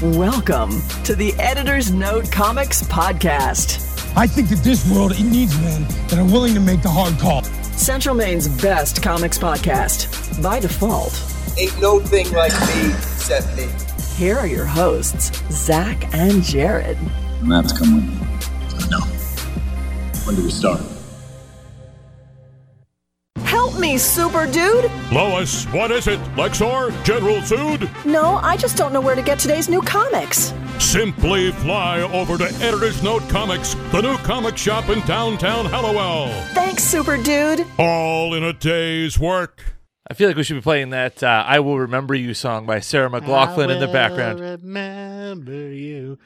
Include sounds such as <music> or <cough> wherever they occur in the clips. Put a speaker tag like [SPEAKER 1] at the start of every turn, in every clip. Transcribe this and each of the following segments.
[SPEAKER 1] Welcome to the Editor's Note Comics Podcast,
[SPEAKER 2] I think that this world it needs men that are willing to make the hard call.
[SPEAKER 1] Central Maine's best comics podcast. By default,
[SPEAKER 3] ain't no thing like me, except me.
[SPEAKER 1] here are your hosts, Zach and Jared.
[SPEAKER 4] Matt's coming. No. When do we start?
[SPEAKER 1] Help me, super dude!
[SPEAKER 5] Lois, what is it? Lexor? General Zood?
[SPEAKER 1] No, I just don't know where to get today's new comics.
[SPEAKER 5] Simply fly over to Editor's Note Comics, the new comic shop in downtown Hallowell.
[SPEAKER 1] Thanks, super dude.
[SPEAKER 5] All in a day's work.
[SPEAKER 6] I feel like we should be playing that uh, "I Will Remember You" song by Sarah McLaughlin in the
[SPEAKER 7] will
[SPEAKER 6] background.
[SPEAKER 7] Remember you.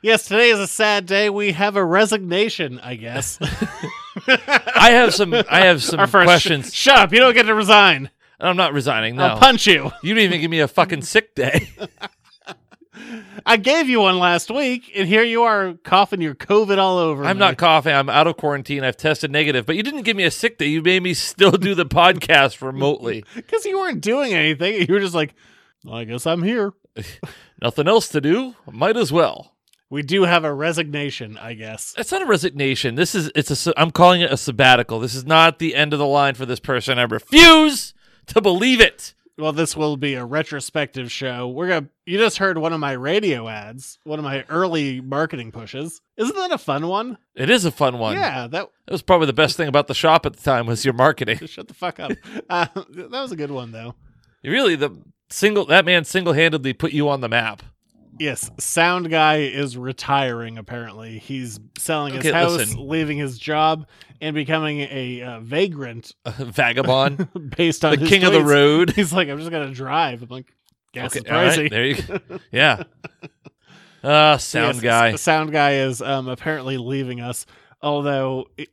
[SPEAKER 7] Yes, today is a sad day. We have a resignation,
[SPEAKER 6] <laughs>
[SPEAKER 7] I guess.
[SPEAKER 6] I have some.
[SPEAKER 7] <laughs>
[SPEAKER 6] I have some
[SPEAKER 7] Our first
[SPEAKER 6] questions.
[SPEAKER 7] shut up! You don't get to resign.
[SPEAKER 6] I'm not resigning. No,
[SPEAKER 7] I'll punch you.
[SPEAKER 6] you didn't even give me a fucking sick
[SPEAKER 7] <laughs>
[SPEAKER 6] day.
[SPEAKER 7] I gave you one last week, and here you are coughing your COVID all over.
[SPEAKER 6] I'm
[SPEAKER 7] me.
[SPEAKER 6] not coughing. I'm out of quarantine. I've tested negative, but you didn't give me a sick day. You made me still do the podcast
[SPEAKER 7] <laughs>
[SPEAKER 6] remotely.
[SPEAKER 7] because you weren't doing anything. You were just like, well, I guess I'm here.
[SPEAKER 6] Nothing else to do. Might as well.
[SPEAKER 7] We do have a resignation, I guess.
[SPEAKER 6] It's not a resignation. This is. It's a. sa- I'm calling it a sabbatical. This is not the end of the line for this person. I refuse to believe it.
[SPEAKER 7] Well, this will be a retrospective show. We're gonna. You just heard one of my radio ads, one of my early marketing pushes. Isn't that a fun one?
[SPEAKER 6] It is a fun one.
[SPEAKER 7] Yeah, that
[SPEAKER 6] That was probably the best thing about the shop at the time was your marketing.
[SPEAKER 7] shut the fuck
[SPEAKER 6] <laughs>
[SPEAKER 7] up. Uh, that was a good one though.
[SPEAKER 6] Really, the single that man single handedly put you on the map. <laughs>
[SPEAKER 7] Yes, sound guy is retiring. Apparently, he's selling
[SPEAKER 6] Okay,
[SPEAKER 7] his house,
[SPEAKER 6] listen.
[SPEAKER 7] leaving his job, and becoming a uh, vagrant <laughs>
[SPEAKER 6] Vagabond,
[SPEAKER 7] based <laughs> on
[SPEAKER 6] the
[SPEAKER 7] his
[SPEAKER 6] king of the
[SPEAKER 7] tweets. <laughs>
[SPEAKER 6] road.
[SPEAKER 7] He's like, I'm just gonna drive. I'm like, gas
[SPEAKER 6] Okay,
[SPEAKER 7] is
[SPEAKER 6] all
[SPEAKER 7] pricey.
[SPEAKER 6] right, there you go.
[SPEAKER 7] <laughs>
[SPEAKER 6] Yeah. Uh, sound
[SPEAKER 7] Yes,
[SPEAKER 6] guy.
[SPEAKER 7] s- Sound guy is um, apparently leaving us. Although it-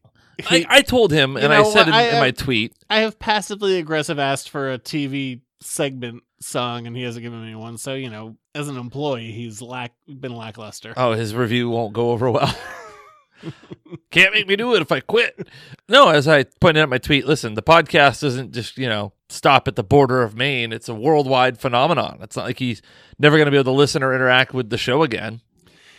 [SPEAKER 7] he,
[SPEAKER 6] I, I told him, and I
[SPEAKER 7] know
[SPEAKER 6] said
[SPEAKER 7] what,
[SPEAKER 6] in,
[SPEAKER 7] I,
[SPEAKER 6] in
[SPEAKER 7] uh,
[SPEAKER 6] my tweet,
[SPEAKER 7] I have passively aggressive asked for a TV segment song, and he hasn't given me one. So you know, as an employee, he's lack been lackluster.
[SPEAKER 6] oh, his review won't go over well. <laughs> Can't make me do it if I quit. No, as I pointed out in my tweet, listen, the podcast doesn't just, you know, stop at the border of Maine. It's a worldwide phenomenon. It's not like he's never going to be able to listen or interact with the show again.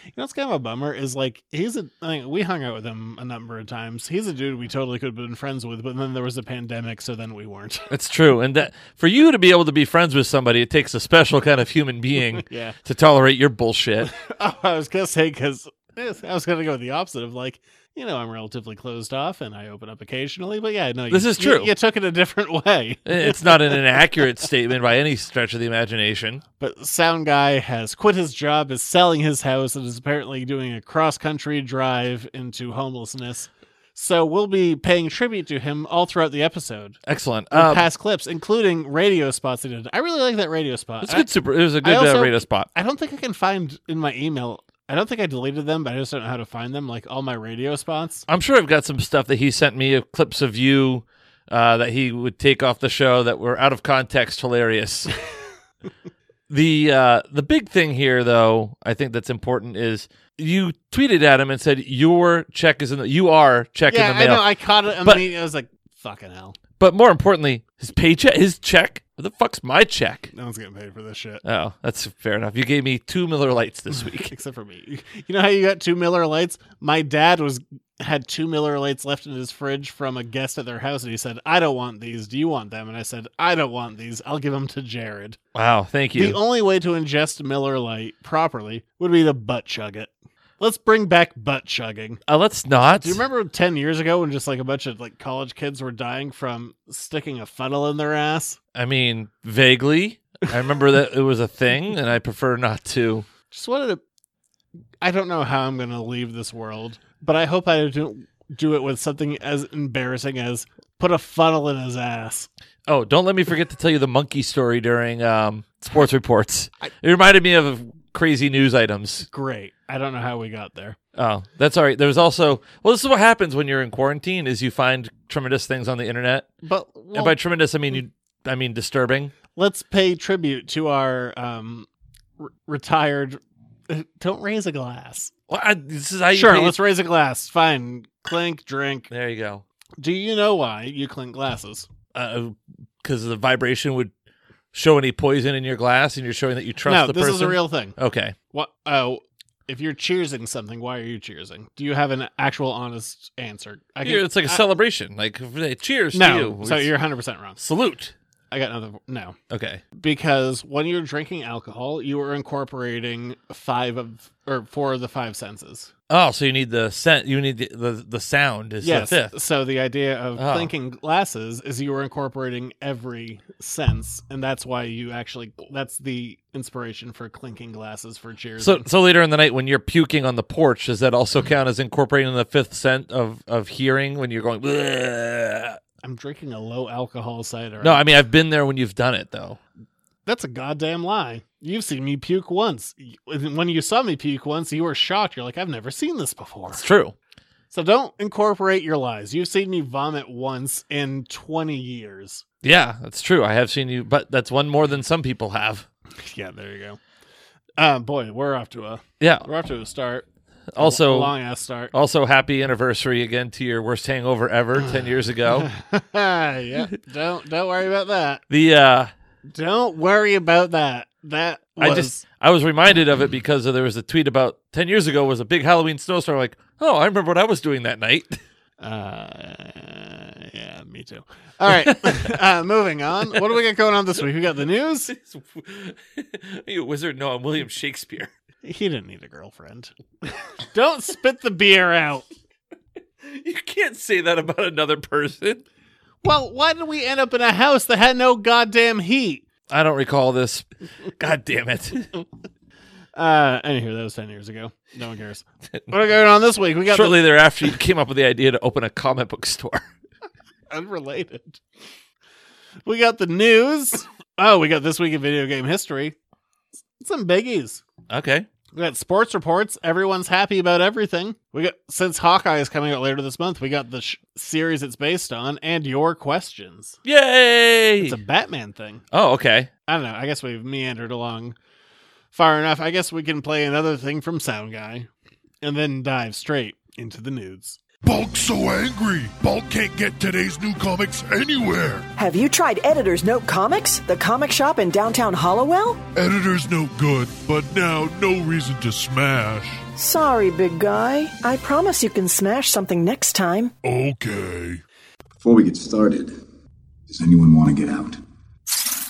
[SPEAKER 7] You know, what's kind of a bummer is like he's a. I think we hung out with him a number of times. He's a dude we totally could have been friends with, but then there was a pandemic, so then we weren't. <laughs>
[SPEAKER 6] It's true, and that for you to be able to be friends with somebody, it takes a special kind of human being
[SPEAKER 7] <laughs> Yeah.
[SPEAKER 6] to tolerate your bullshit.
[SPEAKER 7] oh, I was gonna say because I was gonna go with the opposite of like you know I'm relatively closed off and I open up occasionally, but yeah, no,
[SPEAKER 6] This
[SPEAKER 7] you,
[SPEAKER 6] is
[SPEAKER 7] you-
[SPEAKER 6] true.
[SPEAKER 7] You, took it a different <laughs> way,
[SPEAKER 6] Eh, It's not an inaccurate statement by any stretch of the imagination.
[SPEAKER 7] but sound guy has quit his job, is selling his house, and is apparently doing a cross country drive into homelessness. So we'll be paying tribute to him all throughout the episode.
[SPEAKER 6] Excellent.
[SPEAKER 7] with
[SPEAKER 6] Um,
[SPEAKER 7] past clips, including radio spots they did. I really like that radio spot.
[SPEAKER 6] it's
[SPEAKER 7] I-
[SPEAKER 6] a good super. It was a good
[SPEAKER 7] also-
[SPEAKER 6] uh, radio spot.
[SPEAKER 7] I don't think I can find in my email. I don't think I deleted them, but I just don't know how to find them. Like all my radio spots.
[SPEAKER 6] I'm sure I've got some stuff that he sent me of clips of you uh, that he would take off the show that were out of context,
[SPEAKER 7] <laughs>
[SPEAKER 6] hilarious. the uh, the big thing here, though, I think that's important is you tweeted at him and said your check is in the you are check
[SPEAKER 7] yeah,
[SPEAKER 6] in the mail.
[SPEAKER 7] I know. I caught it. I
[SPEAKER 6] But-
[SPEAKER 7] mean, I was like, "Fucking hell,
[SPEAKER 6] But more importantly, his paycheck, his check. What the fuck's my check?
[SPEAKER 7] no one's getting paid for this shit." <laughs>
[SPEAKER 6] Oh, that's fair enough. You gave me two Miller Lights this week.
[SPEAKER 7] Except for me. You know how you got two Miller Lights? My dad was had two Miller Lights left in his fridge from a guest at their house, and he said, "I don't want these. Do you want them?" And I said, "I don't want these. I'll give them to Jared."
[SPEAKER 6] wow, thank
[SPEAKER 7] The
[SPEAKER 6] you.
[SPEAKER 7] only way to ingest Miller Lite properly would be to butt chug it. Let's bring back butt chugging.
[SPEAKER 6] uh, let's not.
[SPEAKER 7] Do you remember 10 years ago when just like a bunch of like college kids were dying from sticking a funnel in their ass?
[SPEAKER 6] I mean, vaguely. I remember that it was a
[SPEAKER 7] <laughs>
[SPEAKER 6] thing, and I prefer not to.
[SPEAKER 7] Just wanted to. I don't know how I'm going to leave this world, but I hope I do, do it with something as embarrassing as put a funnel in his ass.
[SPEAKER 6] Oh, don't let me forget to tell you the monkey story during um, sports reports.
[SPEAKER 7] I-
[SPEAKER 6] it reminded me of crazy news items.
[SPEAKER 7] Great. I don't know how we got there.
[SPEAKER 6] Oh, that's all right. There was also well, this is what happens when you're in quarantine: is you find tremendous things on the internet,
[SPEAKER 7] But well,
[SPEAKER 6] and by tremendous, I mean you, I mean disturbing.
[SPEAKER 7] let's pay tribute to our um, r- retired. uh, Don't raise a glass.
[SPEAKER 6] Well, I, this is how you
[SPEAKER 7] Sure,
[SPEAKER 6] pay-
[SPEAKER 7] let's raise a glass. Fine. Clink, drink.
[SPEAKER 6] There you go. Uh,
[SPEAKER 7] Do you know why you clink glasses?
[SPEAKER 6] Because the vibration would show any poison in your glass and you're showing that you trust
[SPEAKER 7] no,
[SPEAKER 6] the
[SPEAKER 7] this
[SPEAKER 6] person?
[SPEAKER 7] is a real thing.
[SPEAKER 6] Okay.
[SPEAKER 7] What? Oh, if you're cheersing something, why are you cheersing? Do you have an actual honest answer? I
[SPEAKER 6] Yeah, it's like a
[SPEAKER 7] I-
[SPEAKER 6] celebration. Like hey, cheers to
[SPEAKER 7] No,
[SPEAKER 6] you.
[SPEAKER 7] so you're 100 percent wrong.
[SPEAKER 6] salute.
[SPEAKER 7] I got another. No,
[SPEAKER 6] Okay.
[SPEAKER 7] because when you're drinking alcohol, you are incorporating five of or four of the five senses.
[SPEAKER 6] Oh, so you need the scent. You need the the, the sound is
[SPEAKER 7] yes.
[SPEAKER 6] the fifth.
[SPEAKER 7] So the idea of
[SPEAKER 6] Oh.
[SPEAKER 7] thinking glasses is you are incorporating every sense, and that's why you actually that's the inspiration for clinking glasses for cheers.
[SPEAKER 6] So so later in the night when you're puking on the porch, does that also count as incorporating the fifth scent of of hearing when you're going? "Bleh"?
[SPEAKER 7] I'm drinking a low alcohol cider.
[SPEAKER 6] No, I mean I've been there when you've done it though.
[SPEAKER 7] that's a goddamn lie. You've seen me puke once. When you saw me puke once, you were shocked. You're like, I've never seen this before.
[SPEAKER 6] It's true.
[SPEAKER 7] So don't incorporate your lies. You've seen me vomit once in 20 years.
[SPEAKER 6] Yeah, that's true. I have seen you, but that's one more than some people have.
[SPEAKER 7] Yeah, there you go. Uh, boy, we're off to a
[SPEAKER 6] Yeah.
[SPEAKER 7] we're off to a start.
[SPEAKER 6] Also,
[SPEAKER 7] long ass start.
[SPEAKER 6] Also, happy anniversary again to your worst hangover
[SPEAKER 7] <sighs>
[SPEAKER 6] ever 10 years
[SPEAKER 7] <laughs>
[SPEAKER 6] ago.
[SPEAKER 7] yeah, don't don't worry about that.
[SPEAKER 6] The uh
[SPEAKER 7] Don't worry about that. That was
[SPEAKER 6] I just I was reminded of it because there was a tweet about 10 years ago was a big Halloween snowstorm like, "Oh, I remember what I was doing that night." <laughs>
[SPEAKER 7] uh, yeah, me too.
[SPEAKER 6] <laughs>
[SPEAKER 7] All right, <laughs> uh, moving on. What do we got going on this week? We got the news.
[SPEAKER 6] you wizard, no, I'm William Shakespeare. <laughs>
[SPEAKER 7] He didn't need a girlfriend. <laughs> Don't spit the beer out.
[SPEAKER 6] You can't say that about another person.
[SPEAKER 7] Well, why did we end up in a house that had no goddamn heat?
[SPEAKER 6] I don't recall this. God damn
[SPEAKER 7] <laughs>
[SPEAKER 6] it.
[SPEAKER 7] Uh, anywho, that was 10 years ago. No
[SPEAKER 6] <laughs>
[SPEAKER 7] one cares. what are going on this week? We got
[SPEAKER 6] Shortly thereafter, you came up with the idea to open a comic book store. <laughs>
[SPEAKER 7] the <laughs> unrelated. We got the news. Oh, we got this week in video game history. Some biggies.
[SPEAKER 6] Okay.
[SPEAKER 7] We got sports reports. Everyone's happy about everything. We got since Hawkeye is coming out later this month. We got the sh- series it's based on and your questions.
[SPEAKER 6] Yay!
[SPEAKER 7] It's a Batman thing.
[SPEAKER 6] oh, okay.
[SPEAKER 7] I don't know. I guess we've meandered along far enough. I guess we can play another thing from Sound Guy and then dive straight into the nudes.
[SPEAKER 8] Bulk's so angry. Bulk can't get today's new comics anywhere.
[SPEAKER 1] Have you tried Editor's Note Comics, the comic shop in downtown Hollowell?
[SPEAKER 8] Editor's no good, but now no reason to smash.
[SPEAKER 1] Sorry, big guy. I promise you can smash something next time.
[SPEAKER 8] Okay.
[SPEAKER 4] Before we get started, does anyone want to get out?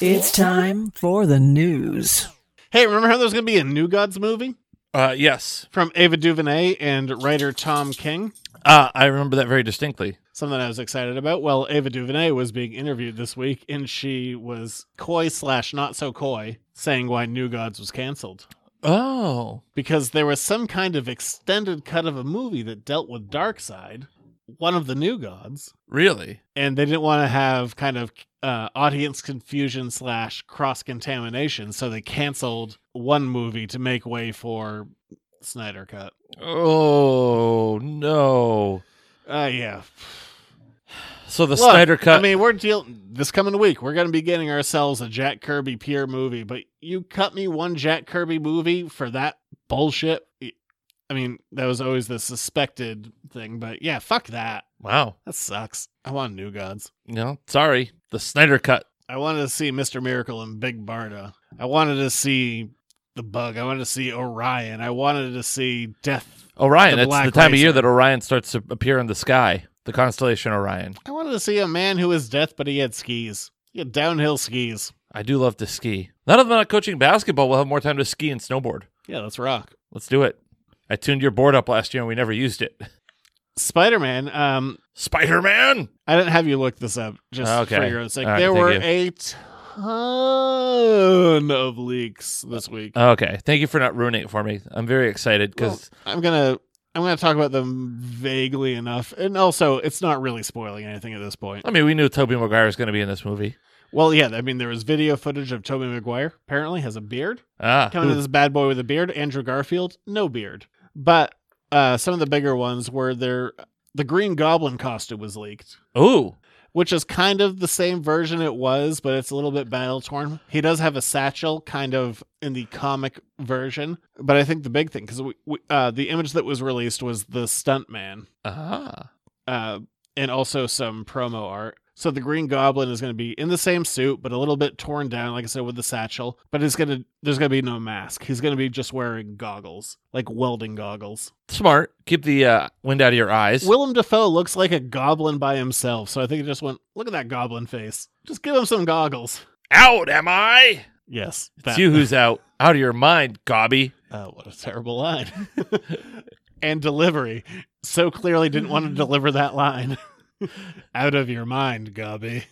[SPEAKER 1] It's time for the news.
[SPEAKER 7] Hey, remember how there's going to be a New Gods movie
[SPEAKER 6] Uh yes.
[SPEAKER 7] from Ava DuVernay and writer Tom King?
[SPEAKER 6] Uh I remember that very distinctly.
[SPEAKER 7] Something I was excited about. Well, Ava DuVernay was being interviewed this week, and she was coy slash not so coy, saying why New Gods was canceled
[SPEAKER 6] Oh.
[SPEAKER 7] because there was some kind of extended cut of a movie that dealt with Darkseid, one of the New Gods,
[SPEAKER 6] Really?
[SPEAKER 7] and they didn't want to have kind of uh, audience confusion slash cross contamination, so they canceled one movie to make way for Snyder Cut.
[SPEAKER 6] Oh no.
[SPEAKER 7] Uh, yeah.
[SPEAKER 6] So the
[SPEAKER 7] Look,
[SPEAKER 6] Snyder cut.
[SPEAKER 7] I mean, we're dealing this coming week. We're going to be getting ourselves a Jack Kirby peer movie, but you cut me one Jack Kirby movie for that bullshit. I mean, that was always the suspected thing, but yeah, fuck that.
[SPEAKER 6] wow.
[SPEAKER 7] That sucks. I want New Gods.
[SPEAKER 6] No, sorry. The Snyder cut.
[SPEAKER 7] I wanted to see Mr. Miracle and Big Barda. I wanted to see the Bug. I wanted to see Orion. I wanted to see Death.
[SPEAKER 6] Orion.
[SPEAKER 7] The
[SPEAKER 6] It's
[SPEAKER 7] Black
[SPEAKER 6] the time of year
[SPEAKER 7] Racer.
[SPEAKER 6] that Orion starts to appear in the sky. The constellation Orion.
[SPEAKER 7] I wanted to see a man who was death, but he had skis. He had downhill skis.
[SPEAKER 6] I do love to ski. None of them not coaching basketball. We'll have more time to ski and snowboard.
[SPEAKER 7] Yeah, let's rock.
[SPEAKER 6] Let's do it. I tuned your board up last year and we never used it. <laughs>
[SPEAKER 7] Spider Man. Um,
[SPEAKER 6] Spider Man.
[SPEAKER 7] I didn't have you look this up just for
[SPEAKER 6] Okay.
[SPEAKER 7] your own sake.
[SPEAKER 6] All right,
[SPEAKER 7] there
[SPEAKER 6] thank
[SPEAKER 7] were
[SPEAKER 6] you.
[SPEAKER 7] a ton of leaks this week.
[SPEAKER 6] Okay. Thank you for not ruining it for me. I'm very excited because
[SPEAKER 7] I'm gonna I'm gonna talk about them vaguely enough, and also it's not really spoiling anything at this point.
[SPEAKER 6] I mean we knew Toby Maguire was going to be in this movie.
[SPEAKER 7] Well, yeah, I mean, there was video footage of Toby Maguire, apparently has a beard.
[SPEAKER 6] Ah,
[SPEAKER 7] Coming to this bad boy with a beard, Andrew Garfield, no beard. But uh, some of the bigger ones were there, the Green Goblin costume was leaked,
[SPEAKER 6] ooh,
[SPEAKER 7] which is kind of the same version it was, but it's a little bit battle torn. He does have a satchel, kind of in the comic version. But I think the big thing, because we, we, uh, the image that was released was the stuntman
[SPEAKER 6] ah,
[SPEAKER 7] uh, and also some promo art. So the Green Goblin is going to be in the same suit, but a little bit torn down, like I said, with the satchel. But it's going to there's going to be no mask. He's going to be just wearing goggles, like welding goggles.
[SPEAKER 6] Smart. Keep the uh, wind out of your eyes.
[SPEAKER 7] Willem Dafoe looks like a goblin by himself, so I think he just went, look at that goblin face. Just give him some goggles.
[SPEAKER 6] out am I?
[SPEAKER 7] Yes,
[SPEAKER 6] It's you who's out. Out of your mind, Gobby.
[SPEAKER 7] Oh, <laughs> what a terrible line. <laughs> and delivery. So clearly didn't <laughs> want to deliver that line. <laughs> Out of your mind, Gobby.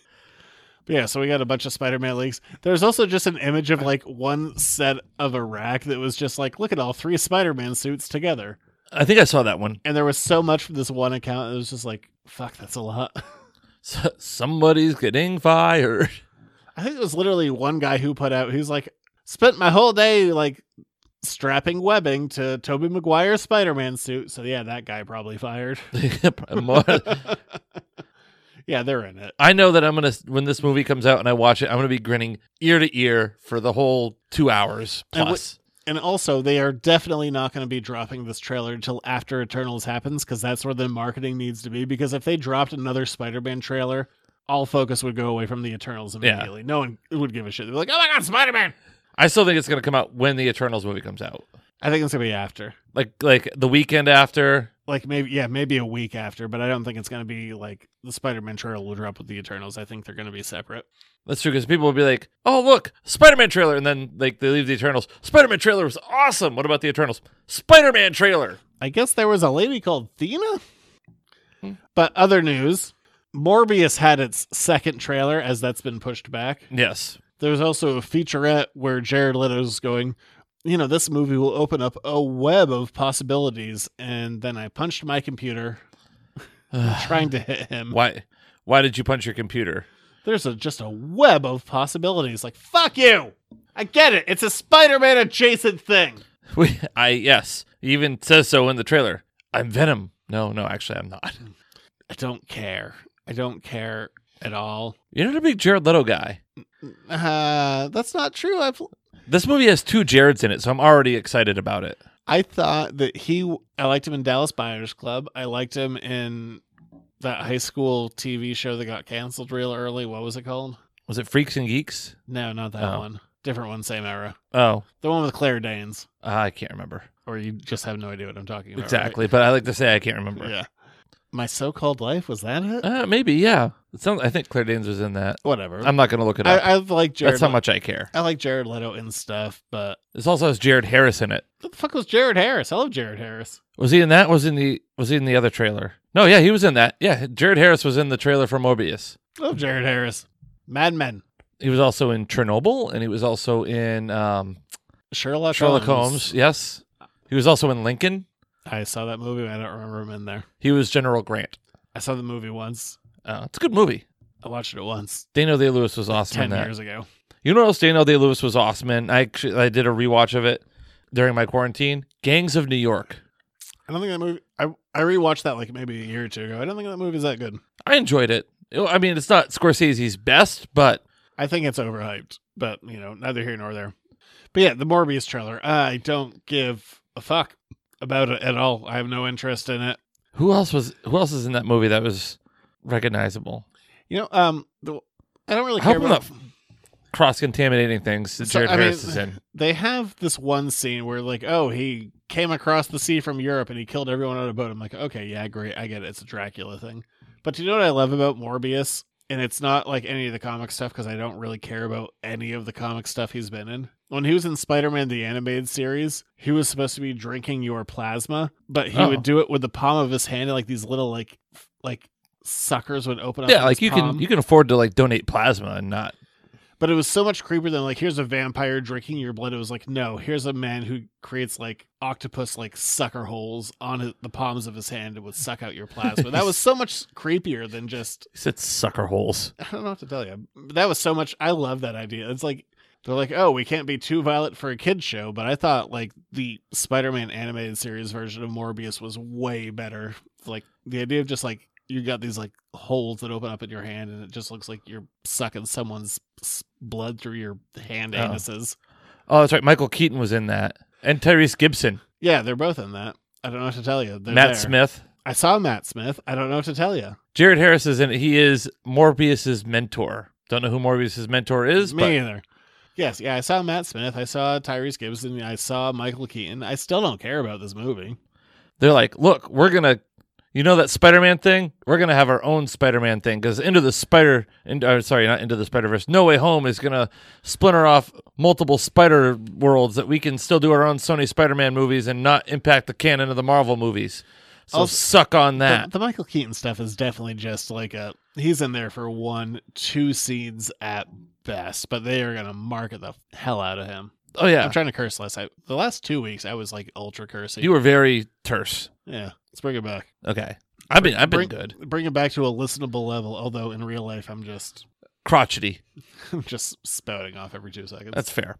[SPEAKER 7] But yeah, so we got a bunch of Spider Man leaks. There's also just an image of like one set of a rack that was just like, look at all three Spider Man suits together.
[SPEAKER 6] I think I saw that one.
[SPEAKER 7] And there was so much from this one account. It was just like, fuck, that's a lot.
[SPEAKER 6] S- somebody's getting fired. <laughs>
[SPEAKER 7] I think it was literally one guy who put out who's like spent my whole day like strapping webbing to Toby Maguire's Spider-Man suit. So yeah, that guy probably fired. <laughs>
[SPEAKER 6] More-
[SPEAKER 7] yeah, they're in it.
[SPEAKER 6] I know that I'm gonna when this movie comes out and I watch it, I'm gonna be grinning ear to ear for the whole two hours
[SPEAKER 7] And what-
[SPEAKER 6] plus.
[SPEAKER 7] And also, they are definitely not going to be dropping this trailer until after Eternals happens because that's where the marketing needs to be. Because if they dropped another Spider-Man trailer, all focus would go away from the Eternals immediately. No one would give a shit. They'd be like, "Oh my god, Spider-Man!"
[SPEAKER 6] I still think it's gonna come out when the Eternals movie comes out,
[SPEAKER 7] I think it's going to be after.
[SPEAKER 6] like like the weekend after.
[SPEAKER 7] like maybe yeah maybe a week after but i don't think it's going to be like the spider-man trailer will drop with the eternals i think they're going to be separate
[SPEAKER 6] That's true because people will be like, "Oh, look, Spider-Man trailer," and then like they leave the Eternals. Spider-Man trailer was awesome. What about the Eternals? Spider-Man trailer.
[SPEAKER 7] i guess there was a lady called thena but other news morbius had its second trailer as that's been pushed back
[SPEAKER 6] Yes,
[SPEAKER 7] there's also a featurette where jared leto's going you know this movie will open up a web of possibilities and then i punched my computer trying to hit him
[SPEAKER 6] Why? Why did you punch your computer? <laughs>
[SPEAKER 7] There's a, just a web of possibilities. Like, fuck you. I get it. It's a Spider Man adjacent thing.
[SPEAKER 6] We, I yes, he even says so in the trailer. I'm Venom. No, no, actually, I'm not. <laughs>
[SPEAKER 7] I don't care. I don't care at all.
[SPEAKER 6] You're not a big Jared Leto guy.
[SPEAKER 7] Uh, that's not true. I've,
[SPEAKER 6] This movie has two Jareds in it, so I'm already excited about it.
[SPEAKER 7] I thought that he, I liked him in Dallas Buyers Club. I liked him in that high school TV show that got canceled real early. What was it called?
[SPEAKER 6] Was it Freaks and Geeks?
[SPEAKER 7] No, not that
[SPEAKER 6] Oh.
[SPEAKER 7] one. Different one, same era.
[SPEAKER 6] Oh,
[SPEAKER 7] The one with Claire Danes.
[SPEAKER 6] I can't remember
[SPEAKER 7] Or you just have no idea what I'm talking about. right?
[SPEAKER 6] exactly, but I like to say I can't remember.
[SPEAKER 7] Yeah. My so called life, was that it?
[SPEAKER 6] Uh, maybe yeah. It sounds, I think Claire Danes was in that.
[SPEAKER 7] Whatever.
[SPEAKER 6] I'm not gonna look it
[SPEAKER 7] I,
[SPEAKER 6] up.
[SPEAKER 7] I like Jared.
[SPEAKER 6] That's how
[SPEAKER 7] Le-
[SPEAKER 6] much I care.
[SPEAKER 7] I like Jared Leto and stuff, but
[SPEAKER 6] This also has Jared Harris in it.
[SPEAKER 7] what the fuck was Jared Harris? I love Jared Harris.
[SPEAKER 6] Was he in that? Was in the was he in the other trailer? No, yeah, he was in that. Yeah, Jared Harris was in the trailer for Morbius.
[SPEAKER 7] I love Jared Harris. Mad Men.
[SPEAKER 6] he was also in Chernobyl, and he was also in um,
[SPEAKER 7] Sherlock,
[SPEAKER 6] Sherlock Holmes. Yes, he was also in Lincoln.
[SPEAKER 7] I saw that movie. I don't remember him in there.
[SPEAKER 6] He was General Grant.
[SPEAKER 7] I saw the movie once.
[SPEAKER 6] Uh, it's a good movie.
[SPEAKER 7] I watched it once
[SPEAKER 6] Daniel Day Lewis was awesome in
[SPEAKER 7] ten
[SPEAKER 6] that.
[SPEAKER 7] years ago.
[SPEAKER 6] You know what else Daniel Day Lewis was awesome in? I actually I did a rewatch of it during my quarantine. Gangs of New York.
[SPEAKER 7] I don't think that movie. I I rewatched that like maybe a year or two ago. I don't think that movie's that good.
[SPEAKER 6] I enjoyed it. It- I mean, it's not Scorsese's best, but
[SPEAKER 7] I think it's overhyped, but you know, neither here nor there. But yeah, the Morbius trailer. I don't give a fuck about it at all. I have no interest in it.
[SPEAKER 6] who else was who else is in that movie that was recognizable?
[SPEAKER 7] You know, um, the, I don't really
[SPEAKER 6] I hope
[SPEAKER 7] care
[SPEAKER 6] I'm
[SPEAKER 7] about.
[SPEAKER 6] not Cross contaminating things that
[SPEAKER 7] So,
[SPEAKER 6] Jared
[SPEAKER 7] I mean,
[SPEAKER 6] Harris is
[SPEAKER 7] <laughs>
[SPEAKER 6] in.
[SPEAKER 7] They have this one scene where, like, oh, he came across the sea from Europe and he killed everyone on a boat. I'm like, okay, yeah, great, I get it. It's a Dracula thing. But do you know what I love about Morbius? And it's not like any of the comic stuff because I don't really care about any of the comic stuff he's been in. When he was in Spider Man, the animated series, he was supposed to be drinking your plasma, but he
[SPEAKER 6] Oh.
[SPEAKER 7] would do it with the palm of his hand and like these little, like, f- like suckers would open up.
[SPEAKER 6] Yeah,
[SPEAKER 7] in
[SPEAKER 6] like
[SPEAKER 7] his
[SPEAKER 6] you
[SPEAKER 7] palm.
[SPEAKER 6] can you can afford to like donate plasma and not
[SPEAKER 7] But it was so much creepier than like here's a vampire drinking your blood. It was like no, here's a man who creates like octopus like sucker holes on his, the palms of his hand and would suck out your plasma. that was so much creepier than just
[SPEAKER 6] He said sucker holes.
[SPEAKER 7] I don't know what to tell you. That was so much. I love that idea. It's like they're like oh we can't be too violent for a kid show, but I thought like the Spider-Man animated series version of Morbius was way better. Like the idea of just like you got these like holes that open up in your hand and it just looks like you're sucking someone's s- blood through your hand
[SPEAKER 6] Oh.
[SPEAKER 7] anuses.
[SPEAKER 6] Oh, that's right. Michael Keaton was in that. And Tyrese Gibson.
[SPEAKER 7] Yeah, they're both in that. I don't know what to tell you. They're
[SPEAKER 6] Matt
[SPEAKER 7] there.
[SPEAKER 6] Smith.
[SPEAKER 7] I saw Matt Smith. I don't know what to tell you.
[SPEAKER 6] Jared Harris is in it. He is Morbius's mentor. Don't know who Morbius's mentor is,
[SPEAKER 7] Me
[SPEAKER 6] but
[SPEAKER 7] either. Yes, yeah, I saw Matt Smith. I saw Tyrese Gibson. I saw Michael Keaton. I still don't care about this movie.
[SPEAKER 6] they're like, look, we're gonna, you know, that Spider-Man thing. We're gonna have our own Spider-Man thing because into the Spider, in, uh, sorry, not into the Spider-Verse. No Way Home is gonna splinter off multiple Spider worlds that we can still do our own Sony Spider-Man movies and not impact the canon of the Marvel movies. So
[SPEAKER 7] Also-
[SPEAKER 6] suck on
[SPEAKER 7] The-
[SPEAKER 6] that.
[SPEAKER 7] The, Michael Keaton stuff is definitely just like a he's in there for one, two scenes at best, but they are gonna market the hell out of him.
[SPEAKER 6] oh yeah,
[SPEAKER 7] I'm trying to curse less. I, the last two weeks I was like ultra cursing.
[SPEAKER 6] you were very terse.
[SPEAKER 7] yeah. Let's bring it back.
[SPEAKER 6] Okay, I've been, I've been
[SPEAKER 7] Bring
[SPEAKER 6] good.
[SPEAKER 7] Bring it back to a listenable level. Although in real life I'm just <laughs>
[SPEAKER 6] Crotchety.
[SPEAKER 7] I'm just spouting off every two seconds.
[SPEAKER 6] That's fair.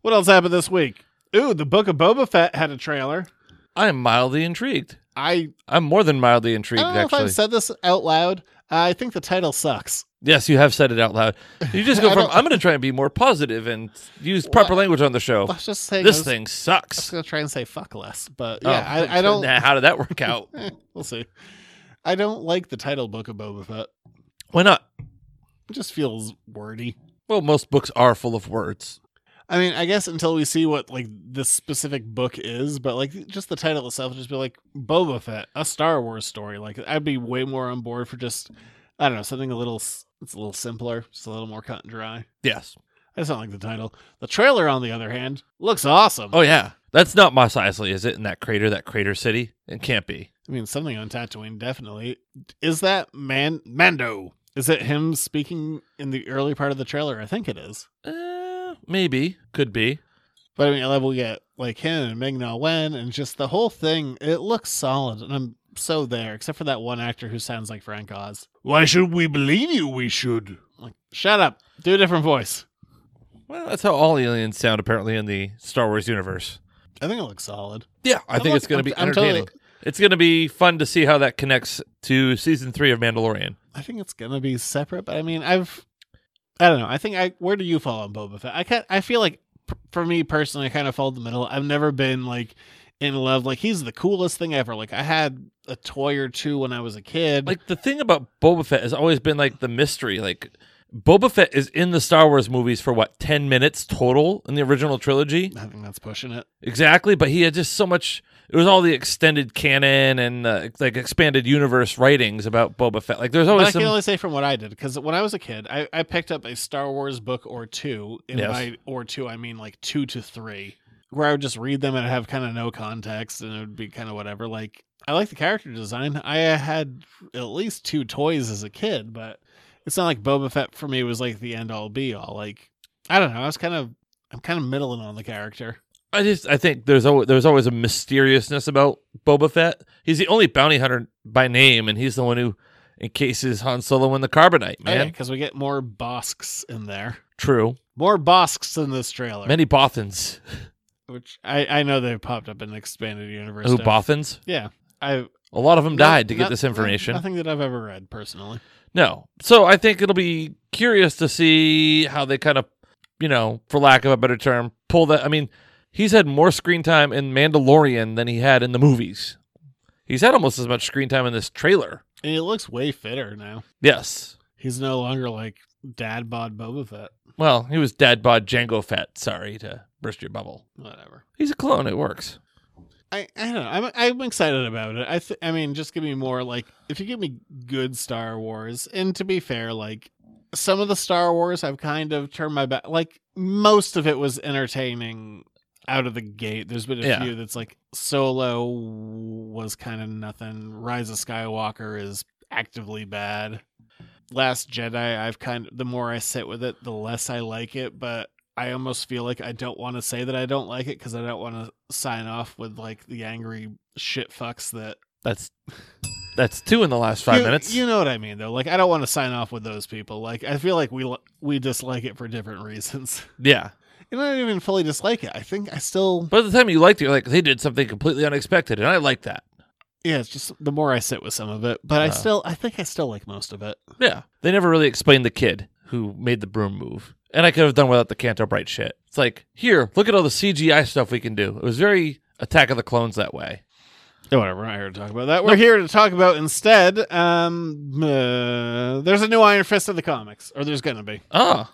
[SPEAKER 7] what else happened this week? Ooh, the Book of Boba Fett had a trailer.
[SPEAKER 6] I am mildly intrigued.
[SPEAKER 7] I
[SPEAKER 6] I'm more than mildly
[SPEAKER 7] I
[SPEAKER 6] intrigued.
[SPEAKER 7] don't know if
[SPEAKER 6] actually,
[SPEAKER 7] I've said this out loud. I think the title sucks.
[SPEAKER 6] yes, you have said it out loud. You just go
[SPEAKER 7] <laughs> I
[SPEAKER 6] from
[SPEAKER 7] don't-
[SPEAKER 6] I'm going to try and be more positive and use proper language on the show.
[SPEAKER 7] I was just saying
[SPEAKER 6] Oh, This
[SPEAKER 7] I was-
[SPEAKER 6] thing
[SPEAKER 7] I was
[SPEAKER 6] sucks.
[SPEAKER 7] gonna try and say fuck less, but
[SPEAKER 6] Oh,
[SPEAKER 7] yeah, I,
[SPEAKER 6] <laughs>
[SPEAKER 7] I don't.
[SPEAKER 6] nah, how did that work out?
[SPEAKER 7] <laughs> Eh, we'll see. I don't like the title book of Boba Fett.
[SPEAKER 6] Why not?
[SPEAKER 7] It just feels wordy.
[SPEAKER 6] Well, most books are full of words.
[SPEAKER 7] I mean, I guess until we see what like this specific book is, but like just the title itself, just be like Boba Fett, a Star Wars story. Like I'd be way more on board for just I don't know something a little. s- It's a little simpler, just a little more cut and dry.
[SPEAKER 6] Yes.
[SPEAKER 7] I just don't like the title. The trailer, on the other hand, looks awesome.
[SPEAKER 6] Oh yeah. That's not Mos Eisley, is it? In that crater, that crater city, it can't be.
[SPEAKER 7] I mean, something on Tatooine, definitely. Is that Man Mando? Is it him speaking in the early part of the trailer? I think it is.
[SPEAKER 6] Uh, maybe, could be.
[SPEAKER 7] But I mean, I love we get like him and Ming Na Wen and just the whole thing. It looks solid, and I'm so there, except for that one actor who sounds like Frank Oz.
[SPEAKER 8] Why should we believe you? We should.
[SPEAKER 7] I'm like, shut up, do a different voice.
[SPEAKER 6] Well, that's how all aliens sound apparently in the Star Wars universe.
[SPEAKER 7] I think it looks solid.
[SPEAKER 6] Yeah, I
[SPEAKER 7] I'm
[SPEAKER 6] think
[SPEAKER 7] look-
[SPEAKER 6] it's going to
[SPEAKER 7] I'm-
[SPEAKER 6] be
[SPEAKER 7] I'm totally-
[SPEAKER 6] entertaining. It's going to be fun to see how that connects to season three of Mandalorian.
[SPEAKER 7] I think it's gonna be separate, but I mean, I've, I don't know. I think I. Where do you fall on Boba Fett? I can I feel like, p- for me personally, I kind of fall in the middle. I've never been like in love. Like he's the coolest thing ever. Like I had a toy or two when I was a kid.
[SPEAKER 6] Like the thing about Boba Fett has always been like the mystery. Like Boba Fett is in the Star Wars movies for what ten minutes total in the original trilogy,
[SPEAKER 7] I think that's pushing it.
[SPEAKER 6] exactly. But he had just so much. It was all the extended canon and uh, like expanded universe writings about Boba Fett. Like there's
[SPEAKER 7] But
[SPEAKER 6] always
[SPEAKER 7] I
[SPEAKER 6] some.
[SPEAKER 7] can only say from what I did because when I was a kid, I, I picked up a Star Wars book or two, and
[SPEAKER 6] Yes.
[SPEAKER 7] by or two I mean like two to three, where I would just read them and I'd have kind of no context and it would be kind of whatever. Like I like the character design. I had at least two toys as a kid, but it's not like Boba Fett for me was like the end all be all. Like I don't know. I was kind of I'm kind of middling on the character.
[SPEAKER 6] I just I think there's always there's always a mysteriousness about Boba Fett. He's the only bounty hunter by name, and he's the one who encases Han Solo in the carbonite. Man,
[SPEAKER 7] because we get more Bosks in there,
[SPEAKER 6] true.
[SPEAKER 7] more Bosks in this trailer.
[SPEAKER 6] Many Bothans.
[SPEAKER 7] which I, I know they've popped up in expanded universe.
[SPEAKER 6] Who
[SPEAKER 7] stuff.
[SPEAKER 6] Bothans?
[SPEAKER 7] Yeah, I
[SPEAKER 6] A lot of them died to get
[SPEAKER 7] not-
[SPEAKER 6] this information.
[SPEAKER 7] Nothing that I've ever read personally.
[SPEAKER 6] No. So I think it'll be curious to see how they kind of, you know, for lack of a better term, pull that. I mean, he's had more screen time in Mandalorian than he had in the movies. He's had almost as much screen time in this trailer.
[SPEAKER 7] And he looks way fitter now.
[SPEAKER 6] Yes.
[SPEAKER 7] He's no longer like dad bod Boba Fett.
[SPEAKER 6] Well, he was dad bod Django Fett. Sorry to burst your bubble.
[SPEAKER 7] Whatever.
[SPEAKER 6] He's a clone. It works.
[SPEAKER 7] I, I don't know. I'm I'm excited about it. I th- I mean, just give me more like if you give me good Star Wars. And to be fair, like some of the Star Wars I've kind of turned my back. Like most of it was entertaining out of the gate. There's been a
[SPEAKER 6] Yeah.
[SPEAKER 7] few that's like Solo was kind of nothing. Rise of Skywalker is actively bad. Last Jedi, I've kind of the more I sit with it, the less I like it, but I almost feel like I don't want to say that I don't like it because I don't want to sign off with like the angry shit fucks that
[SPEAKER 6] That's that's two in the last five
[SPEAKER 7] You-
[SPEAKER 6] minutes.
[SPEAKER 7] You know what I mean, though. Like I don't want to sign off with those people. Like I feel like we li- we dislike it for different reasons, <laughs>
[SPEAKER 6] yeah.
[SPEAKER 7] and I don't even fully dislike it. I think I still
[SPEAKER 6] By the time you liked it, you're like, they did something completely unexpected, and I like that.
[SPEAKER 7] yeah. It's just the more I sit with some of it, but I
[SPEAKER 6] Uh.
[SPEAKER 7] still I think I still like most of it.
[SPEAKER 6] Yeah. They never really explained the kid who made the broom move. And I could have done without the Canto Bright shit. It's like, here, look at all the CGI stuff we can do. It was very Attack of the Clones that way.
[SPEAKER 7] No, whatever. We're not here to talk about that. We're here to talk about instead. Um, uh, there's a new Iron Fist in the comics, or there's gonna be.
[SPEAKER 6] Oh,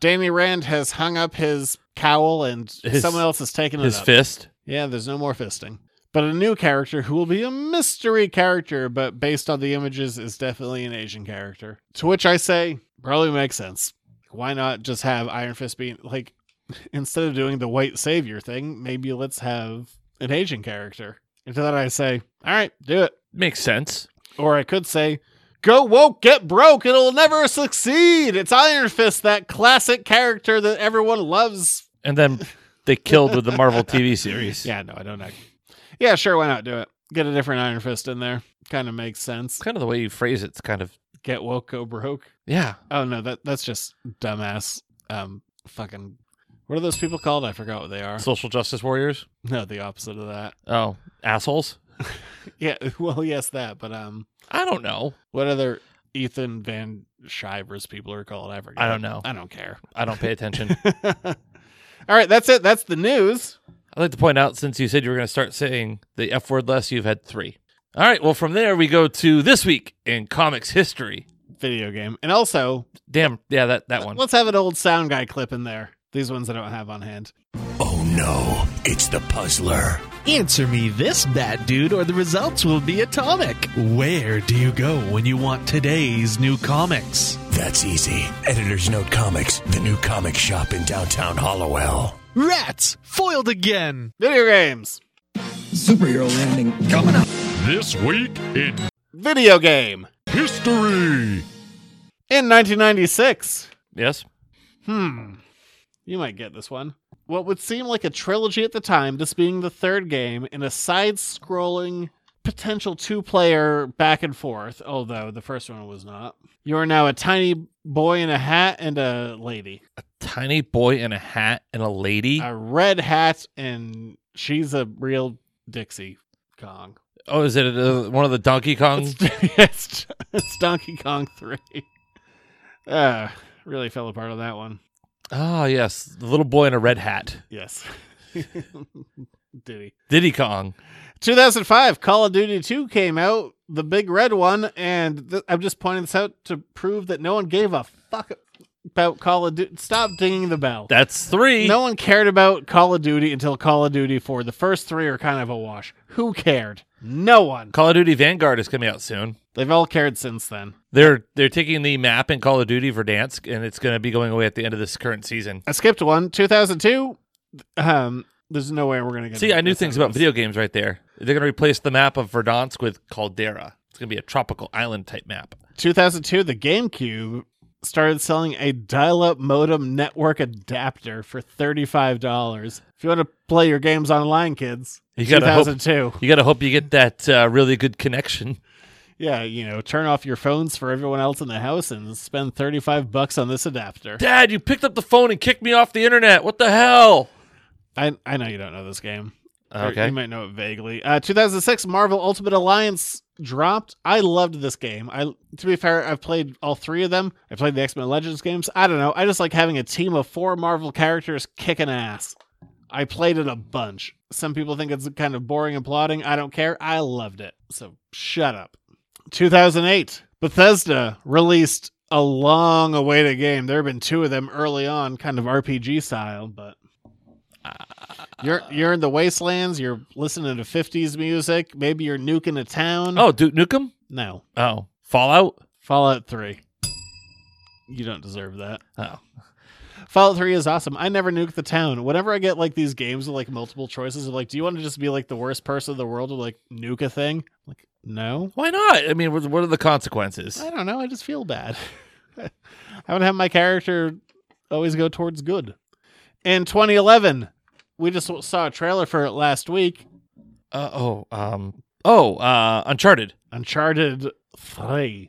[SPEAKER 7] Danny Rand has hung up his cowl, and
[SPEAKER 6] His-
[SPEAKER 7] someone else has taken it
[SPEAKER 6] his
[SPEAKER 7] up.
[SPEAKER 6] fist.
[SPEAKER 7] Yeah, there's no more fisting. But a new character who will be a mystery character, but based on the images, is definitely an Asian character. To which I say, probably makes sense. Why not just have Iron Fist be like, <laughs> instead of doing the white savior thing, maybe let's have an Asian character. And to that I say, all right, do it.
[SPEAKER 6] Makes sense.
[SPEAKER 7] Or I could say, go woke, get broke, it'll never succeed. It's Iron Fist, that classic character that everyone loves
[SPEAKER 6] And then they killed with the Marvel TV series.
[SPEAKER 7] Yeah, no, I don't know. Yeah, sure, why not do it? Get a different Iron Fist in there. Kind of makes sense.
[SPEAKER 6] It's kind of the way you phrase it. It's kind of
[SPEAKER 7] Get woke, go broke.
[SPEAKER 6] yeah.
[SPEAKER 7] Oh no, that that's just dumbass. Um, fucking. What are those people called? I forgot what they are.
[SPEAKER 6] Social justice warriors.
[SPEAKER 7] No, the opposite of that.
[SPEAKER 6] Oh, assholes.
[SPEAKER 7] Yeah, <laughs> well, yes, that. But um,
[SPEAKER 6] I don't know.
[SPEAKER 7] what other Ethan Van Shivers people are called? I forgot.
[SPEAKER 6] I don't know.
[SPEAKER 7] I don't care.
[SPEAKER 6] I don't pay attention.
[SPEAKER 7] <laughs> All right, that's it. That's the news.
[SPEAKER 6] I'd like to point out since you said you were going to start saying the F word less, you've had three. All right. Well, from there we go to this week in comics history.
[SPEAKER 7] Video game, and also
[SPEAKER 6] Damn. Yeah, that that one.
[SPEAKER 7] let's have an old sound guy clip in there. These ones I don't have on hand.
[SPEAKER 4] Oh no, it's the puzzler.
[SPEAKER 9] Answer me this, bad dude, or the results will be atomic. Where do you go when you want today's new comics?
[SPEAKER 4] That's easy. Editor's Note Comics, the new comic shop in downtown Hollowell.
[SPEAKER 9] Rats! Foiled again!
[SPEAKER 7] Video games.
[SPEAKER 3] Superhero landing coming up.
[SPEAKER 5] This week in
[SPEAKER 7] Video game.
[SPEAKER 5] history.
[SPEAKER 7] In 1996.
[SPEAKER 6] Yes.
[SPEAKER 7] Hmm. You might get this one. What would seem like a trilogy at the time, this being the third game in a side scrolling potential two player back and forth, although the first one was not. You are now a tiny boy in a hat and a lady.
[SPEAKER 6] Tiny boy in a hat and a lady.
[SPEAKER 7] A red hat, and she's a real Dixie Kong.
[SPEAKER 6] Oh, is it uh, one of the Donkey Kong?
[SPEAKER 7] It's, <laughs> it's, it's Donkey Kong 3. Uh, really fell apart on that one.
[SPEAKER 6] Ah, yes, the little boy in a red hat.
[SPEAKER 7] Yes. <laughs> Diddy.
[SPEAKER 6] Diddy Kong.
[SPEAKER 7] 2005, Call of Duty 2 came out, the big red one, and th- I'm just pointing this out to prove that no one gave a fuck about Call of Duty. Stop dinging the bell.
[SPEAKER 6] That's three.
[SPEAKER 7] no one cared about Call of Duty until Call of Duty 4. The first three are kind of a wash. Who cared? No one.
[SPEAKER 6] Call of Duty Vanguard is coming out soon.
[SPEAKER 7] They've all cared since then.
[SPEAKER 6] They're they're taking the map in Call of Duty Verdansk, and it's going to be going away at the end of this current season.
[SPEAKER 7] I skipped one. 2002. Um, there's no way we're gonna get.
[SPEAKER 6] See, I knew things about video games right there. They're going to replace the map of Verdansk with Caldera. It's going to be a tropical island type map.
[SPEAKER 7] 2002, the GameCube started selling a dial-up modem network adapter for $35. If you want to play your games online, kids,
[SPEAKER 6] You gotta hope-
[SPEAKER 7] 2002.
[SPEAKER 6] You got to hope you get that uh, really good connection.
[SPEAKER 7] Yeah, you know, turn off your phones for everyone else in the house and spend 35 bucks on this adapter.
[SPEAKER 6] Dad, you picked up the phone and kicked me off the internet. What the hell?
[SPEAKER 7] I I know you don't know this game. Or
[SPEAKER 6] Okay.
[SPEAKER 7] You might know it vaguely. Uh, 2006, Marvel Ultimate Alliance dropped. I loved this game. I to be fair, I've played all three of them. I played the X Men Legends games. I don't know. I just like having a team of four Marvel characters kicking ass. I played it a bunch. Some people think it's kind of boring and plotting. I don't care. I loved it. So shut up. 2008, Bethesda released a long awaited game. There have been two of them early on, kind of RPG style, but
[SPEAKER 6] Uh,
[SPEAKER 7] you're you're in the wastelands. You're listening to 50s music. Maybe you're nuking a
[SPEAKER 6] <laughs>
[SPEAKER 7] town.
[SPEAKER 6] Oh, Duke Nukem.
[SPEAKER 7] no,
[SPEAKER 6] Oh, Fallout.
[SPEAKER 7] Fallout Three. You don't deserve that.
[SPEAKER 6] Oh,
[SPEAKER 7] Fallout Three is awesome. I never nuke the town. Whenever I get like these games with like multiple choices of like, do you want to just be like the worst person in the world to like nuke a thing? like, no.
[SPEAKER 6] why not? I mean, what what are the consequences?
[SPEAKER 7] I don't know. I just feel bad. <laughs> I would have my character always go towards good. In 2011, we just saw a trailer for it last week.
[SPEAKER 6] Uh, oh, um, oh, uh, Uncharted.
[SPEAKER 7] Uncharted 3.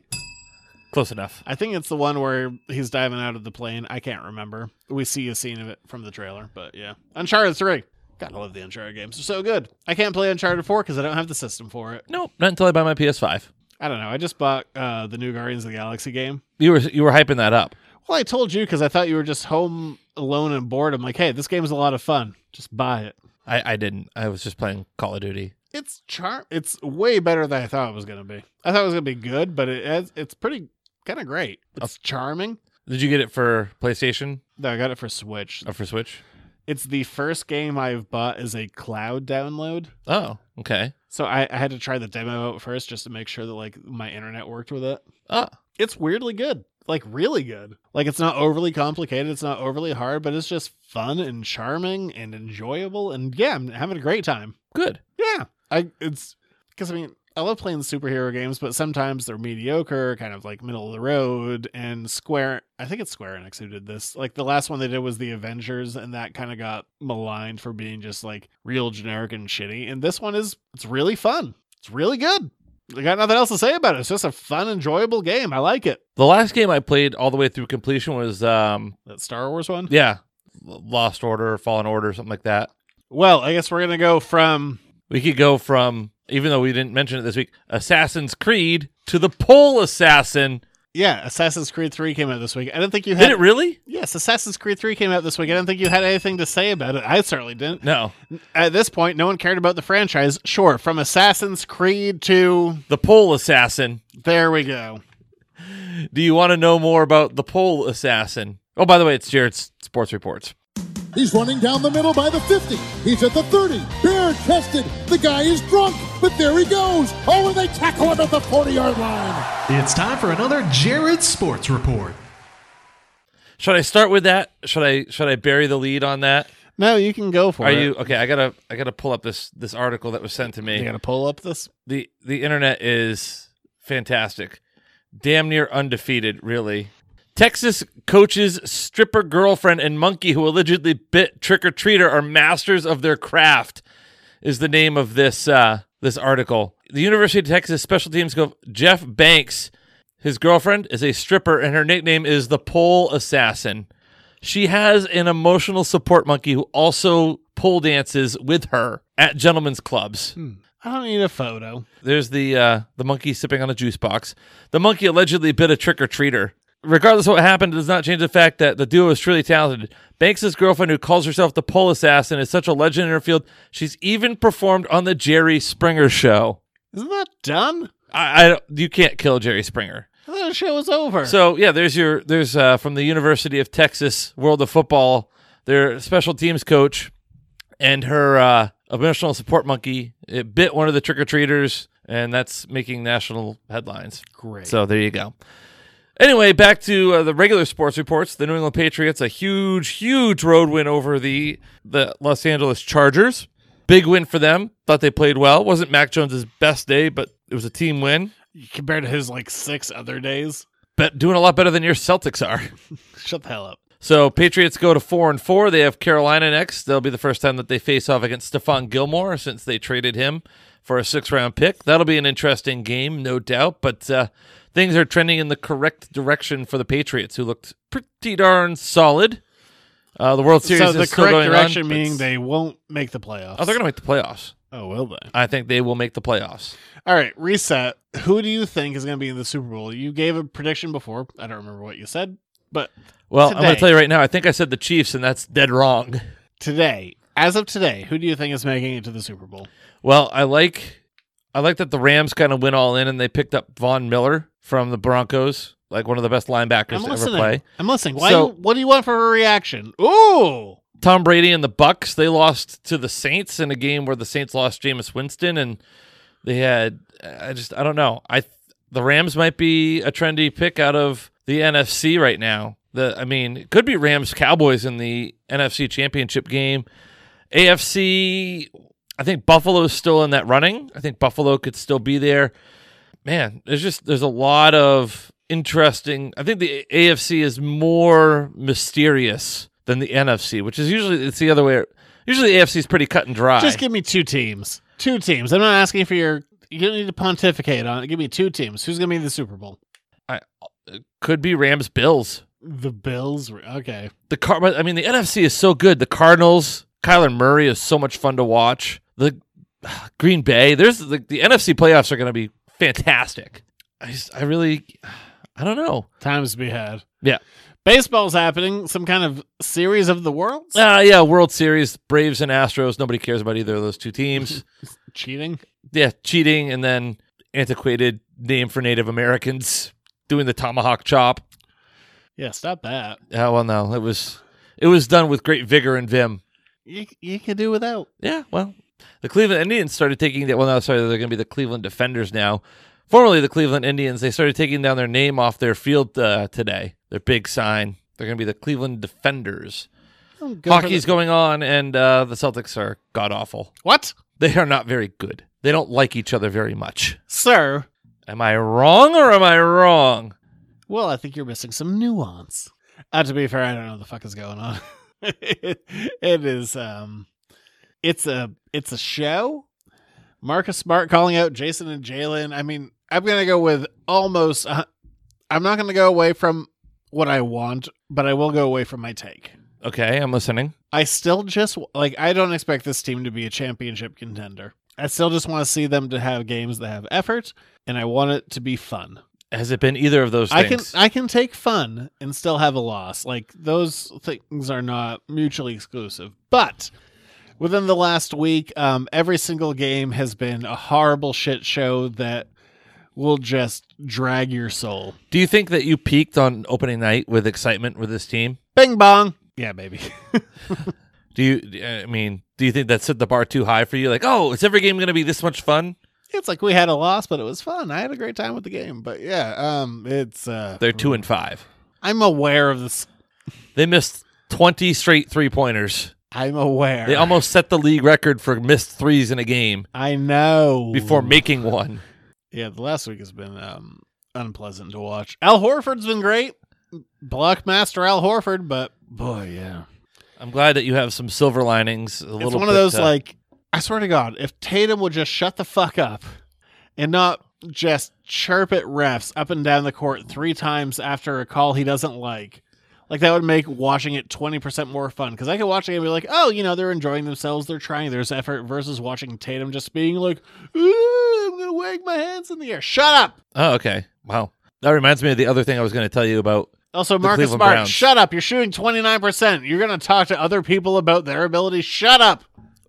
[SPEAKER 6] Close enough.
[SPEAKER 7] I think it's the one where he's diving out of the plane. I can't remember. We see a scene of it from the trailer, but yeah. Uncharted 3. Gotta love the Uncharted games. They're so good. I can't play Uncharted 4 because I don't have the system for it.
[SPEAKER 6] Nope, not until I buy my PS5.
[SPEAKER 7] I don't know. I just bought uh, the new Guardians of the Galaxy game.
[SPEAKER 6] You were you were hyping that up.
[SPEAKER 7] Well, I told you because I thought you were just home alone and bored. I'm like, hey, this game's a lot of fun. Just buy it.
[SPEAKER 6] I, I didn't. I was just playing Call of Duty.
[SPEAKER 7] It's charm. It's way better than I thought it was going to be. I thought it was going to be good, but it has, it's pretty kind of great. It's charming.
[SPEAKER 6] Did you get it for PlayStation
[SPEAKER 7] No, I got it for Switch.
[SPEAKER 6] or for Switch?
[SPEAKER 7] It's the first game I've bought as a cloud download.
[SPEAKER 6] Oh, okay.
[SPEAKER 7] So I, I had to try the demo out first just to make sure that like my internet worked with it.
[SPEAKER 6] Ah,
[SPEAKER 7] It's weirdly good. Like really good. Like it's not overly complicated, it's not overly hard, but it's just fun and charming and enjoyable and yeah, I'm having a great time.
[SPEAKER 6] good.
[SPEAKER 7] Yeah. I it's because I mean I love playing superhero games, but sometimes they're mediocre, kind of like middle of the road. And Square, I think it's Square Enix who did this. Like the last one they did was the Avengers, and that kind of got maligned for being just like real generic and shitty. And this one is it's really fun. It's really good. I got nothing else to say about it. It's just a fun, enjoyable game. I like it.
[SPEAKER 6] The last game I played all the way through completion was um
[SPEAKER 7] That Star Wars one.
[SPEAKER 6] yeah, L- Lost Order, Fallen Order, something like that.
[SPEAKER 7] Well, I guess we're gonna go from
[SPEAKER 6] We could go from even though we didn't mention it this week, Assassin's Creed to the Pole Assassin.
[SPEAKER 7] yeah, Assassin's Creed Three came out this week. I didn't think you had
[SPEAKER 6] Did it really?
[SPEAKER 7] Yes, Assassin's Creed 3 came out this week. I didn't think you had anything to say about it. I certainly didn't.
[SPEAKER 6] No,
[SPEAKER 7] At this point, no one cared about the franchise. Sure, from Assassin's Creed to.
[SPEAKER 6] the Pole Assassin.
[SPEAKER 7] There we go.
[SPEAKER 6] Do you want to know more about the Pole Assassin? Oh, by the way, it's Jared's sports reports.
[SPEAKER 2] He's running down the middle by the 50. He's at the 30. Bare chested. The guy is drunk, but there he goes. Oh, and they tackle him at the 40 yard line.
[SPEAKER 9] It's time for another Jared Sports Report.
[SPEAKER 6] Should I start with that? Should I should I bury the lead on that?
[SPEAKER 7] No, you can go for
[SPEAKER 6] Are
[SPEAKER 7] it.
[SPEAKER 6] you okay? I gotta I gotta pull up this this article that was sent to me.
[SPEAKER 7] You gonna pull up this?
[SPEAKER 6] the the internet is fantastic. Damn near undefeated, really. Texas coaches stripper girlfriend and monkey who allegedly bit trick or treater are masters of their craft is the name of this uh, this article. The University of Texas special teams coach Jeff Banks, his girlfriend is a stripper and her nickname is the pole assassin. She has an emotional support monkey who also pole dances with her at gentlemen's clubs.
[SPEAKER 7] I don't need a photo.
[SPEAKER 6] There's the uh, the monkey sipping on a juice box. The monkey allegedly bit a trick or treater. Regardless of what happened, it does not change the fact that the duo is truly talented. Banks' girlfriend, who calls herself the pole assassin, is such a legend in her field. She's even performed on the Jerry Springer show.
[SPEAKER 7] Isn't that done?
[SPEAKER 6] I, I don't- you can't kill Jerry Springer.
[SPEAKER 7] I thought the show was over.
[SPEAKER 6] So yeah, there's your there's uh, from the University of Texas World of Football, their special teams coach, and her uh, emotional support monkey. It bit one of the trick or treaters, and that's making national headlines.
[SPEAKER 7] Great.
[SPEAKER 6] So there you go. Anyway, back to uh, the regular sports reports. The New England Patriots, a huge, huge road win over the the Los Angeles Chargers. Big win for them. Thought they played well. Wasn't Mac Jones' best day, but it was a team win.
[SPEAKER 7] Compared to his like six other days.
[SPEAKER 6] But doing a lot better than your Celtics are.
[SPEAKER 7] Shut the hell up.
[SPEAKER 6] So Patriots go to four and four. They have Carolina next. That'll be the first time that they face off against Stephon Gilmore since they traded him for a six round pick. That'll be an interesting game, no doubt. But uh, things are trending in the correct direction for the Patriots, who looked pretty darn solid. Uh, the World Series
[SPEAKER 7] so the
[SPEAKER 6] is still
[SPEAKER 7] correct
[SPEAKER 6] going
[SPEAKER 7] direction
[SPEAKER 6] on, but
[SPEAKER 7] meaning
[SPEAKER 6] it's-
[SPEAKER 7] they won't make the playoffs.
[SPEAKER 6] Oh, they're going to make the playoffs.
[SPEAKER 7] oh, will they?
[SPEAKER 6] I think they will make the playoffs.
[SPEAKER 7] All right, reset. Who do you think is going to be in the Super Bowl? You gave a prediction before. I don't remember what you said, but
[SPEAKER 6] Well, I'm going
[SPEAKER 7] Today.
[SPEAKER 6] to tell you right now. I think I said the Chiefs, and that's dead wrong. <laughs>
[SPEAKER 7] today, as of today, who do you think is making it to the Super Bowl?
[SPEAKER 6] Well, I like I like that the Rams kind of went all in and they picked up Von Miller from the Broncos, like one of the best linebackers
[SPEAKER 7] I'm
[SPEAKER 6] to ever
[SPEAKER 7] listening.
[SPEAKER 6] play.
[SPEAKER 7] I'm listening. Why?
[SPEAKER 6] So-
[SPEAKER 7] you- what do you want for a reaction? Ooh,
[SPEAKER 6] Tom Brady and the Bucks, they lost to the Saints in a game where the Saints lost Jameis Winston and they had I just I don't know. I th- the Rams might be a trendy pick out of the NFC right now. The I mean, it could be Rams Cowboys in the NFC Championship game. AFC I think Buffalo's still in that running. I think Buffalo could still be there. Man, there's just there's a lot of interesting. I think the AFC is more mysterious than the NFC, which is usually it's the other way. Usually the AFC is pretty cut and dry.
[SPEAKER 7] just give me two teams. Two teams. I'm not asking for your. You don't need to pontificate on it. Give me two teams. Who's going to be in the Super Bowl?
[SPEAKER 6] could be Rams Bills.
[SPEAKER 7] The Bills. were- Okay.
[SPEAKER 6] The car but, I mean the NFC is so good. The Cardinals, Kyler Murray is so much fun to watch. The <sighs> Green Bay, there's the, the NFC playoffs are going to be fantastic. I just, I really <sighs> I don't know.
[SPEAKER 7] Times to be had.
[SPEAKER 6] Yeah.
[SPEAKER 7] Baseball's happening. Some kind of series of the worlds.
[SPEAKER 6] Uh, yeah, World Series, Braves and Astros. Nobody cares about either of those two teams.
[SPEAKER 7] Cheating?
[SPEAKER 6] yeah, cheating and then antiquated name for Native Americans doing the tomahawk chop.
[SPEAKER 7] Yeah, stop that.
[SPEAKER 6] Oh well, no, it was it was done with great vigor and vim.
[SPEAKER 7] You you can do without.
[SPEAKER 6] Yeah, well, the Cleveland Indians started taking that. Well, no, sorry, they're going to be the Cleveland Defenders now. Formerly the Cleveland Indians, they started taking down their name off their field uh, today. Their big sign. They're going to be the Cleveland Defenders.
[SPEAKER 7] Good for
[SPEAKER 6] Hockey's
[SPEAKER 7] the-
[SPEAKER 6] going on, and uh, the Celtics are god awful.
[SPEAKER 7] What?
[SPEAKER 6] They are not very good. They don't like each other very much.
[SPEAKER 7] Sir.
[SPEAKER 6] Am I wrong or am I wrong?
[SPEAKER 7] Well, I think you're missing some nuance. Uh, to be fair, I don't know what the fuck is going on. <laughs> it is um it's a it's a show. Marcus Smart calling out Jason and Jalen. I mean, I'm gonna go with almost uh, I'm not gonna go away from what I want, but I will go away from my take.
[SPEAKER 6] Okay, I'm listening.
[SPEAKER 7] I still just like I don't expect this team to be a championship contender. I still just want to see them to have games that have effort and I want it to be fun.
[SPEAKER 6] Has it been either of those
[SPEAKER 7] I can
[SPEAKER 6] things?
[SPEAKER 7] I can take fun and still have a loss. Like those things are not mutually exclusive. But within the last week, um, every single game has been a horrible shit show that will just drag your soul.
[SPEAKER 6] Do you think that you peaked on opening night with excitement with this team?
[SPEAKER 7] Bing bong.
[SPEAKER 6] <laughs>
[SPEAKER 7] Yeah, baby.
[SPEAKER 6] Do you? uh, I mean, do you think that set the bar too high for you? Like, oh, is every game going to be this much fun?
[SPEAKER 7] it's like we had a loss, but it was fun. I had a great time with the game. But yeah, um, it's uh,
[SPEAKER 6] They're two and five.
[SPEAKER 7] I'm aware of this.
[SPEAKER 6] They missed twenty straight three pointers.
[SPEAKER 7] I'm aware.
[SPEAKER 6] They almost set the league record for missed threes in a game
[SPEAKER 7] I know.
[SPEAKER 6] before making one.
[SPEAKER 7] Yeah, the last week has been um, unpleasant to watch. Al Horford's been great, blockmaster Al Horford, but boy, yeah,
[SPEAKER 6] I'm glad that you have some silver linings. A
[SPEAKER 7] it's
[SPEAKER 6] little
[SPEAKER 7] one of
[SPEAKER 6] bit,
[SPEAKER 7] those
[SPEAKER 6] uh,
[SPEAKER 7] like I swear to God, if Tatum would just shut the fuck up and not just chirp at refs up and down the court three times after a call he doesn't like. Like that would make watching it twenty percent more fun because I could watch it and be like, oh, you know, they're enjoying themselves, they're trying, there's effort. Versus watching Tatum just being like, Ooh, I'm gonna wag my hands in the air. Shut up.
[SPEAKER 6] Oh, okay. Wow. That reminds me of the other thing I was going to tell you about.
[SPEAKER 7] Also,
[SPEAKER 6] The
[SPEAKER 7] Marcus
[SPEAKER 6] Cleveland
[SPEAKER 7] Smart,
[SPEAKER 6] Browns.
[SPEAKER 7] shut up. You're shooting 29%. You're going to talk to other people about their ability. Shut up.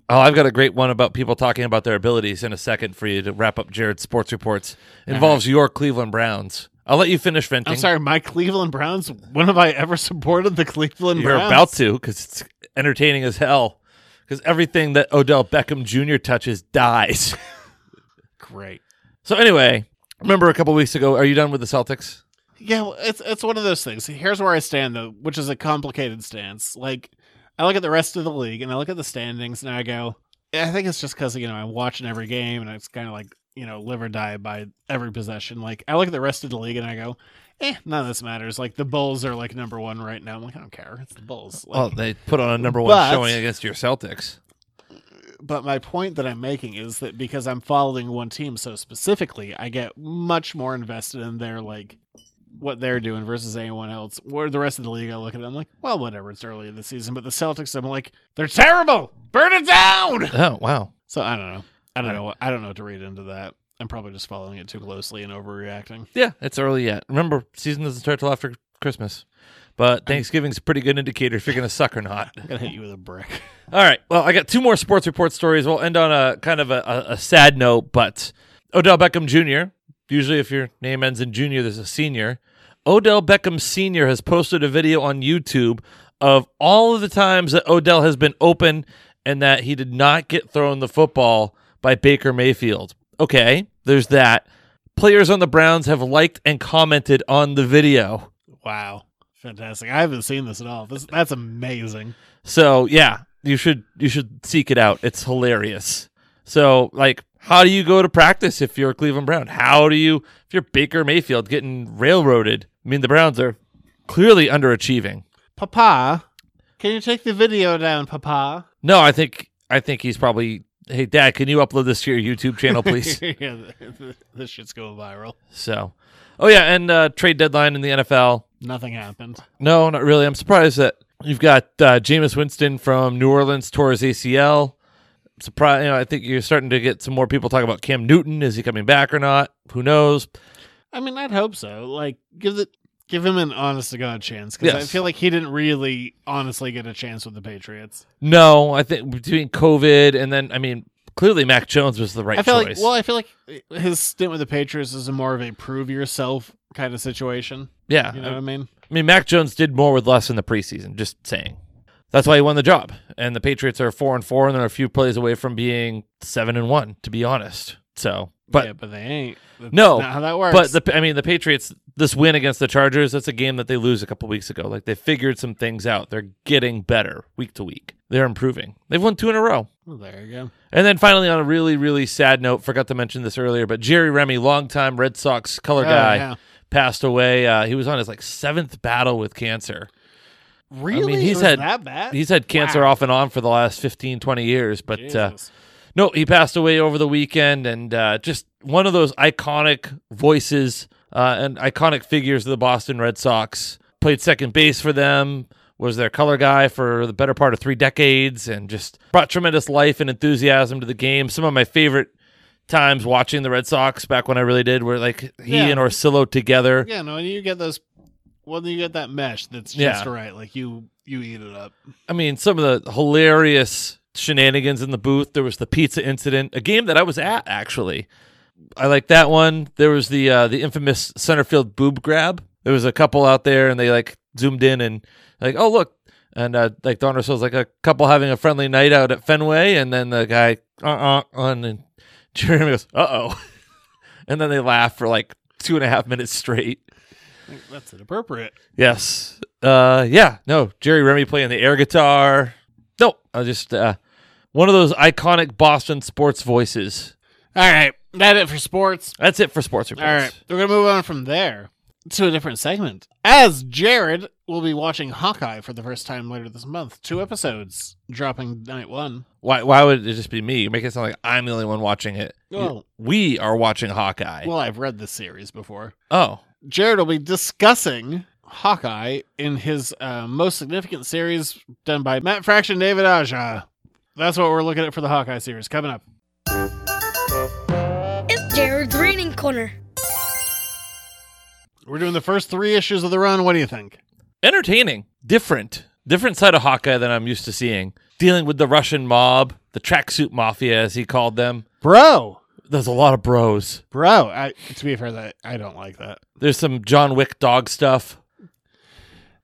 [SPEAKER 6] Oh, I've got a great one about people talking about their abilities in a second for you to wrap up Jared's sports reports. Involves your Cleveland Browns. I'll let you finish venting.
[SPEAKER 7] Uh-huh. I'm sorry, my Cleveland Browns. When have I ever supported the Cleveland
[SPEAKER 6] You're
[SPEAKER 7] Browns?
[SPEAKER 6] about to because it's entertaining as hell. Because everything that Odell Beckham Jr. touches dies. <laughs>
[SPEAKER 7] Great.
[SPEAKER 6] so anyway, remember a couple weeks ago. Are you done with the Celtics?
[SPEAKER 7] Yeah, well, it's it's one of those things. Here's where I stand though, which is a complicated stance. Like I look at the rest of the league and I look at the standings and I go, I think it's just because you know I'm watching every game and it's kind of like you know live or die by every possession. Like I look at the rest of the league and I go, eh, none of this matters. Like the Bulls are like number one right now. I'm like I don't care. It's the Bulls. Like,
[SPEAKER 6] Well, they put on a number one
[SPEAKER 7] But-
[SPEAKER 6] showing against your Celtics.
[SPEAKER 7] but my point that I'm making is that because I'm following one team so specifically, I get much more invested in their like what they're doing versus anyone else. Where the rest of the league, I look at it, I'm like, well, whatever. It's early in the season, but the Celtics, I'm like, they're terrible. Burn it down.
[SPEAKER 6] Oh wow.
[SPEAKER 7] So I don't know. I don't know. what- I don't know what to read into that. I'm probably just following it too closely and overreacting.
[SPEAKER 6] Yeah, it's early yet. Remember, season doesn't start till after Christmas. But Thanksgiving's a pretty good indicator if you're going to suck or not.
[SPEAKER 7] I'm gonna hit you with a brick. <laughs>
[SPEAKER 6] All right. Well, I got two more sports report stories. We'll end on a kind of a, a, a sad note, but Odell Beckham Jr. Usually, if your name ends in Jr., there's a senior. Odell Beckham Sr. has posted a video on YouTube of all of the times that Odell has been open and that he did not get thrown the football by Baker Mayfield. Okay, there's that. Players on the Browns have liked and commented on the video.
[SPEAKER 7] Wow, fantastic! I haven't seen this at all. This that's amazing.
[SPEAKER 6] So yeah, you should you should seek it out. It's hilarious. So like, how do you go to practice if you're Cleveland Brown? How do you if you're Baker Mayfield getting railroaded? I mean, the Browns are clearly underachieving.
[SPEAKER 7] Papa, can you take the video down, Papa?
[SPEAKER 6] No, I think I think he's probably. Hey, Dad, can you upload this to your YouTube channel,
[SPEAKER 7] <laughs>
[SPEAKER 6] please?
[SPEAKER 7] yeah, th- th- this shit's going viral.
[SPEAKER 6] so, oh yeah, and uh, trade deadline in the NFL.
[SPEAKER 7] Nothing happened.
[SPEAKER 6] No, not really. I'm surprised that you've got uh, Jameis Winston from New Orleans tore his ACL. Surprised, you know, I think you're starting to get some more people talking about Cam Newton. Is he coming back or not? Who knows?
[SPEAKER 7] I mean, I'd hope so. Like, give the give him an honest to god chance because I
[SPEAKER 6] Yes.
[SPEAKER 7] feel like he didn't really honestly get a chance with the Patriots.
[SPEAKER 6] No, I think between COVID and then, I mean, Clearly, Mac Jones was the right
[SPEAKER 7] I feel
[SPEAKER 6] choice.
[SPEAKER 7] like well, I feel like his stint with the Patriots is a more of a prove yourself kind of situation.
[SPEAKER 6] yeah,
[SPEAKER 7] You know what I mean?
[SPEAKER 6] I mean, Mac Jones did more with less in the preseason. Just saying. That's why he won the job. And the Patriots are four and four, and they're a few plays away from being seven and one. To be honest, so but
[SPEAKER 7] yeah, but they ain't. That's
[SPEAKER 6] no,
[SPEAKER 7] not how that works.
[SPEAKER 6] But the, I mean, the Patriots. This win against the Chargers. That's a game that they lose a couple weeks ago. Like they figured some things out. They're getting better week to week. They're improving. They've won two in a row.
[SPEAKER 7] Well, there you go.
[SPEAKER 6] And then finally, on a really, really sad note, forgot to mention this earlier, but Jerry Remy, longtime Red Sox color
[SPEAKER 7] Oh,
[SPEAKER 6] guy,
[SPEAKER 7] yeah.
[SPEAKER 6] passed away. Uh, he was on his like seventh battle with cancer.
[SPEAKER 7] Really?
[SPEAKER 6] I mean, he's
[SPEAKER 7] It was
[SPEAKER 6] had
[SPEAKER 7] that bad.
[SPEAKER 6] he's had cancer
[SPEAKER 7] Wow.
[SPEAKER 6] off and on for the last 15, 20 years, but uh,
[SPEAKER 7] Jesus.
[SPEAKER 6] no, he passed away over the weekend, and uh, just one of those iconic voices uh, and iconic figures of the Boston Red Sox. Played second base for them, was their color guy for the better part of three decades, and just brought tremendous life and enthusiasm to the game. Some of my favorite times watching the Red Sox back when I really did were like he
[SPEAKER 7] Yeah.
[SPEAKER 6] and Orsillo together.
[SPEAKER 7] Yeah, no, and you get those. Well, then you get that mesh that's just
[SPEAKER 6] Yeah.
[SPEAKER 7] right. Like you, you eat it up.
[SPEAKER 6] I mean, some of the hilarious shenanigans in the booth. There was the pizza incident, a game that I was at actually. I like that one. There was the uh, the infamous center field boob grab. There was a couple out there, and they like zoomed in and like, oh look, and uh, like Don Russell's like a couple having a friendly night out at Fenway, and then the guy uh uh on and <laughs> Jeremy goes uh oh, <laughs> and then they laugh for like two and a half minutes straight.
[SPEAKER 7] That's inappropriate.
[SPEAKER 6] Yes. Uh, yeah. No, Jerry Remy playing the air guitar. No, I just uh, one of those iconic Boston sports voices.
[SPEAKER 7] All right, that it for sports.
[SPEAKER 6] That's it for sports
[SPEAKER 7] All
[SPEAKER 6] reports.
[SPEAKER 7] right, we're gonna move on from there to a different segment. As Jared will be watching Hawkeye for the first time later this month, two episodes dropping night one.
[SPEAKER 6] Why? Why would it just be me? You make it sound like I'm the only one watching it. You-
[SPEAKER 7] Well-
[SPEAKER 6] we are watching Hawkeye.
[SPEAKER 7] Oh. Well, I've read this series before.
[SPEAKER 6] oh,
[SPEAKER 7] Jared will be discussing Hawkeye in his uh, most significant series done by Matt Fraction, David Aja. That's what we're looking at for the Hawkeye series coming up.
[SPEAKER 10] It's Jared's Reading Corner.
[SPEAKER 7] We're doing the first three issues of the run. What do you think?
[SPEAKER 6] entertaining, different, different side of Hawkeye than I'm used to seeing. Dealing with the Russian mob, the tracksuit mafia, as he called them.
[SPEAKER 7] Bro,
[SPEAKER 6] There's a lot of bros.
[SPEAKER 7] bro. I, to be fair, that I don't like that.
[SPEAKER 6] There's some John Wick dog stuff.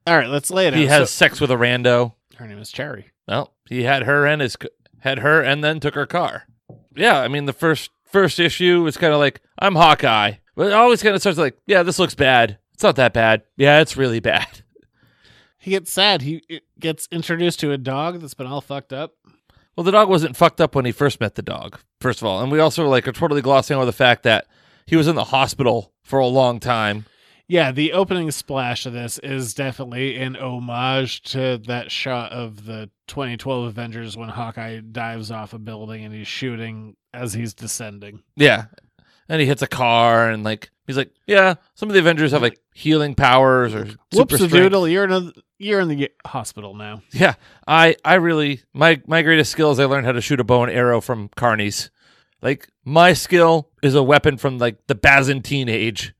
[SPEAKER 7] All right, let's lay it out.
[SPEAKER 6] He has
[SPEAKER 7] So-
[SPEAKER 6] sex with a rando.
[SPEAKER 7] her name is Cherry.
[SPEAKER 6] Well, he had her and his had her and then took her car. Yeah, I mean the first first issue was kind of like I'm Hawkeye, but it always kind of starts like yeah, this looks bad. It's not that bad. Yeah, it's really bad. <laughs>
[SPEAKER 7] He gets sad. He it gets introduced to a dog that's been all fucked up.
[SPEAKER 6] Well, the dog wasn't fucked up when he first met the dog, first of all, and we also like are totally glossing over the fact that he was in the hospital for a long time.
[SPEAKER 7] Yeah, the opening splash of this is definitely an homage to that shot of the 2012 Avengers when Hawkeye dives off a building and he's shooting as he's descending.
[SPEAKER 6] Yeah, and he hits a car and like he's like yeah, some of the Avengers have like healing powers or super
[SPEAKER 7] Whoops,
[SPEAKER 6] strength.
[SPEAKER 7] doodle! You're in a, you're in the hospital now.
[SPEAKER 6] Yeah, I I really my my greatest skill is I learned how to shoot a bow and arrow from carnies. Like my skill is a weapon from like the Byzantine age,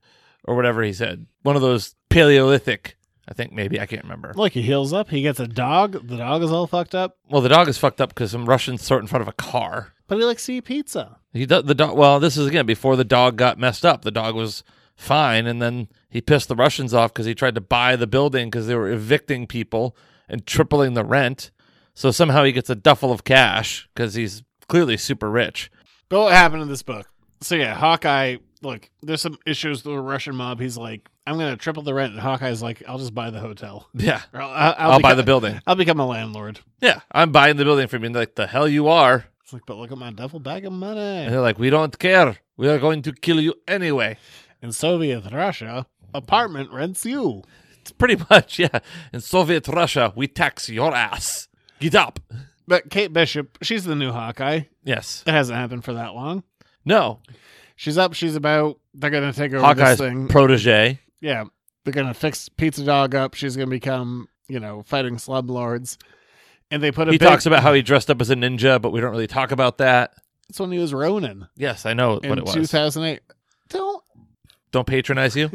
[SPEAKER 6] or whatever he said. One of those Paleolithic, I think maybe I can't remember.
[SPEAKER 7] Look, he heals up. He gets a dog. The dog is all fucked up,
[SPEAKER 6] Well, the dog is fucked up because some Russians throw it in front of a car.
[SPEAKER 7] but he likes to eat pizza.
[SPEAKER 6] He do, the dog. Well, this is again before the dog got messed up. The dog was fine, and then he pissed the Russians off because he tried to buy the building because they were evicting people and tripling the rent. So somehow he gets a duffel of cash because he's clearly super rich.
[SPEAKER 7] But what happened in this book? So yeah, Hawkeye. Look, there's some issues with the Russian mob. He's like, I'm gonna triple the rent, and Hawkeye's like, I'll just buy the hotel. <laughs>
[SPEAKER 6] Yeah,
[SPEAKER 7] Or I'll, I'll,
[SPEAKER 6] I'll buy
[SPEAKER 7] become-
[SPEAKER 6] the building.
[SPEAKER 7] <laughs> I'll become a landlord.
[SPEAKER 6] yeah, I'm buying the building from you. And they're like the hell you are,
[SPEAKER 7] It's like, but look at my duffel bag of
[SPEAKER 6] and
[SPEAKER 7] money.
[SPEAKER 6] they're like we don't care. We are going to kill you anyway.
[SPEAKER 7] In Soviet Russia, apartment rents you.
[SPEAKER 6] It's pretty <laughs> much yeah. In Soviet Russia, we tax your ass. Get up.
[SPEAKER 7] But Kate Bishop, she's the new Hawkeye.
[SPEAKER 6] Yes.
[SPEAKER 7] It hasn't happened for that long.
[SPEAKER 6] No.
[SPEAKER 7] She's up. She's about. They're gonna take over
[SPEAKER 6] Hawkeye's
[SPEAKER 7] this thing.
[SPEAKER 6] protege.
[SPEAKER 7] yeah, they're gonna fix Pizza Dog up. She's gonna become, you know, fighting slumlords. And they put a
[SPEAKER 6] he
[SPEAKER 7] big-
[SPEAKER 6] talks about how he dressed up as a ninja, but we don't really talk about that.
[SPEAKER 7] That's when he was Ronin
[SPEAKER 6] Yes, I know
[SPEAKER 7] in
[SPEAKER 6] what it was.
[SPEAKER 7] 2008. Don't <laughs>
[SPEAKER 6] Don't patronize you.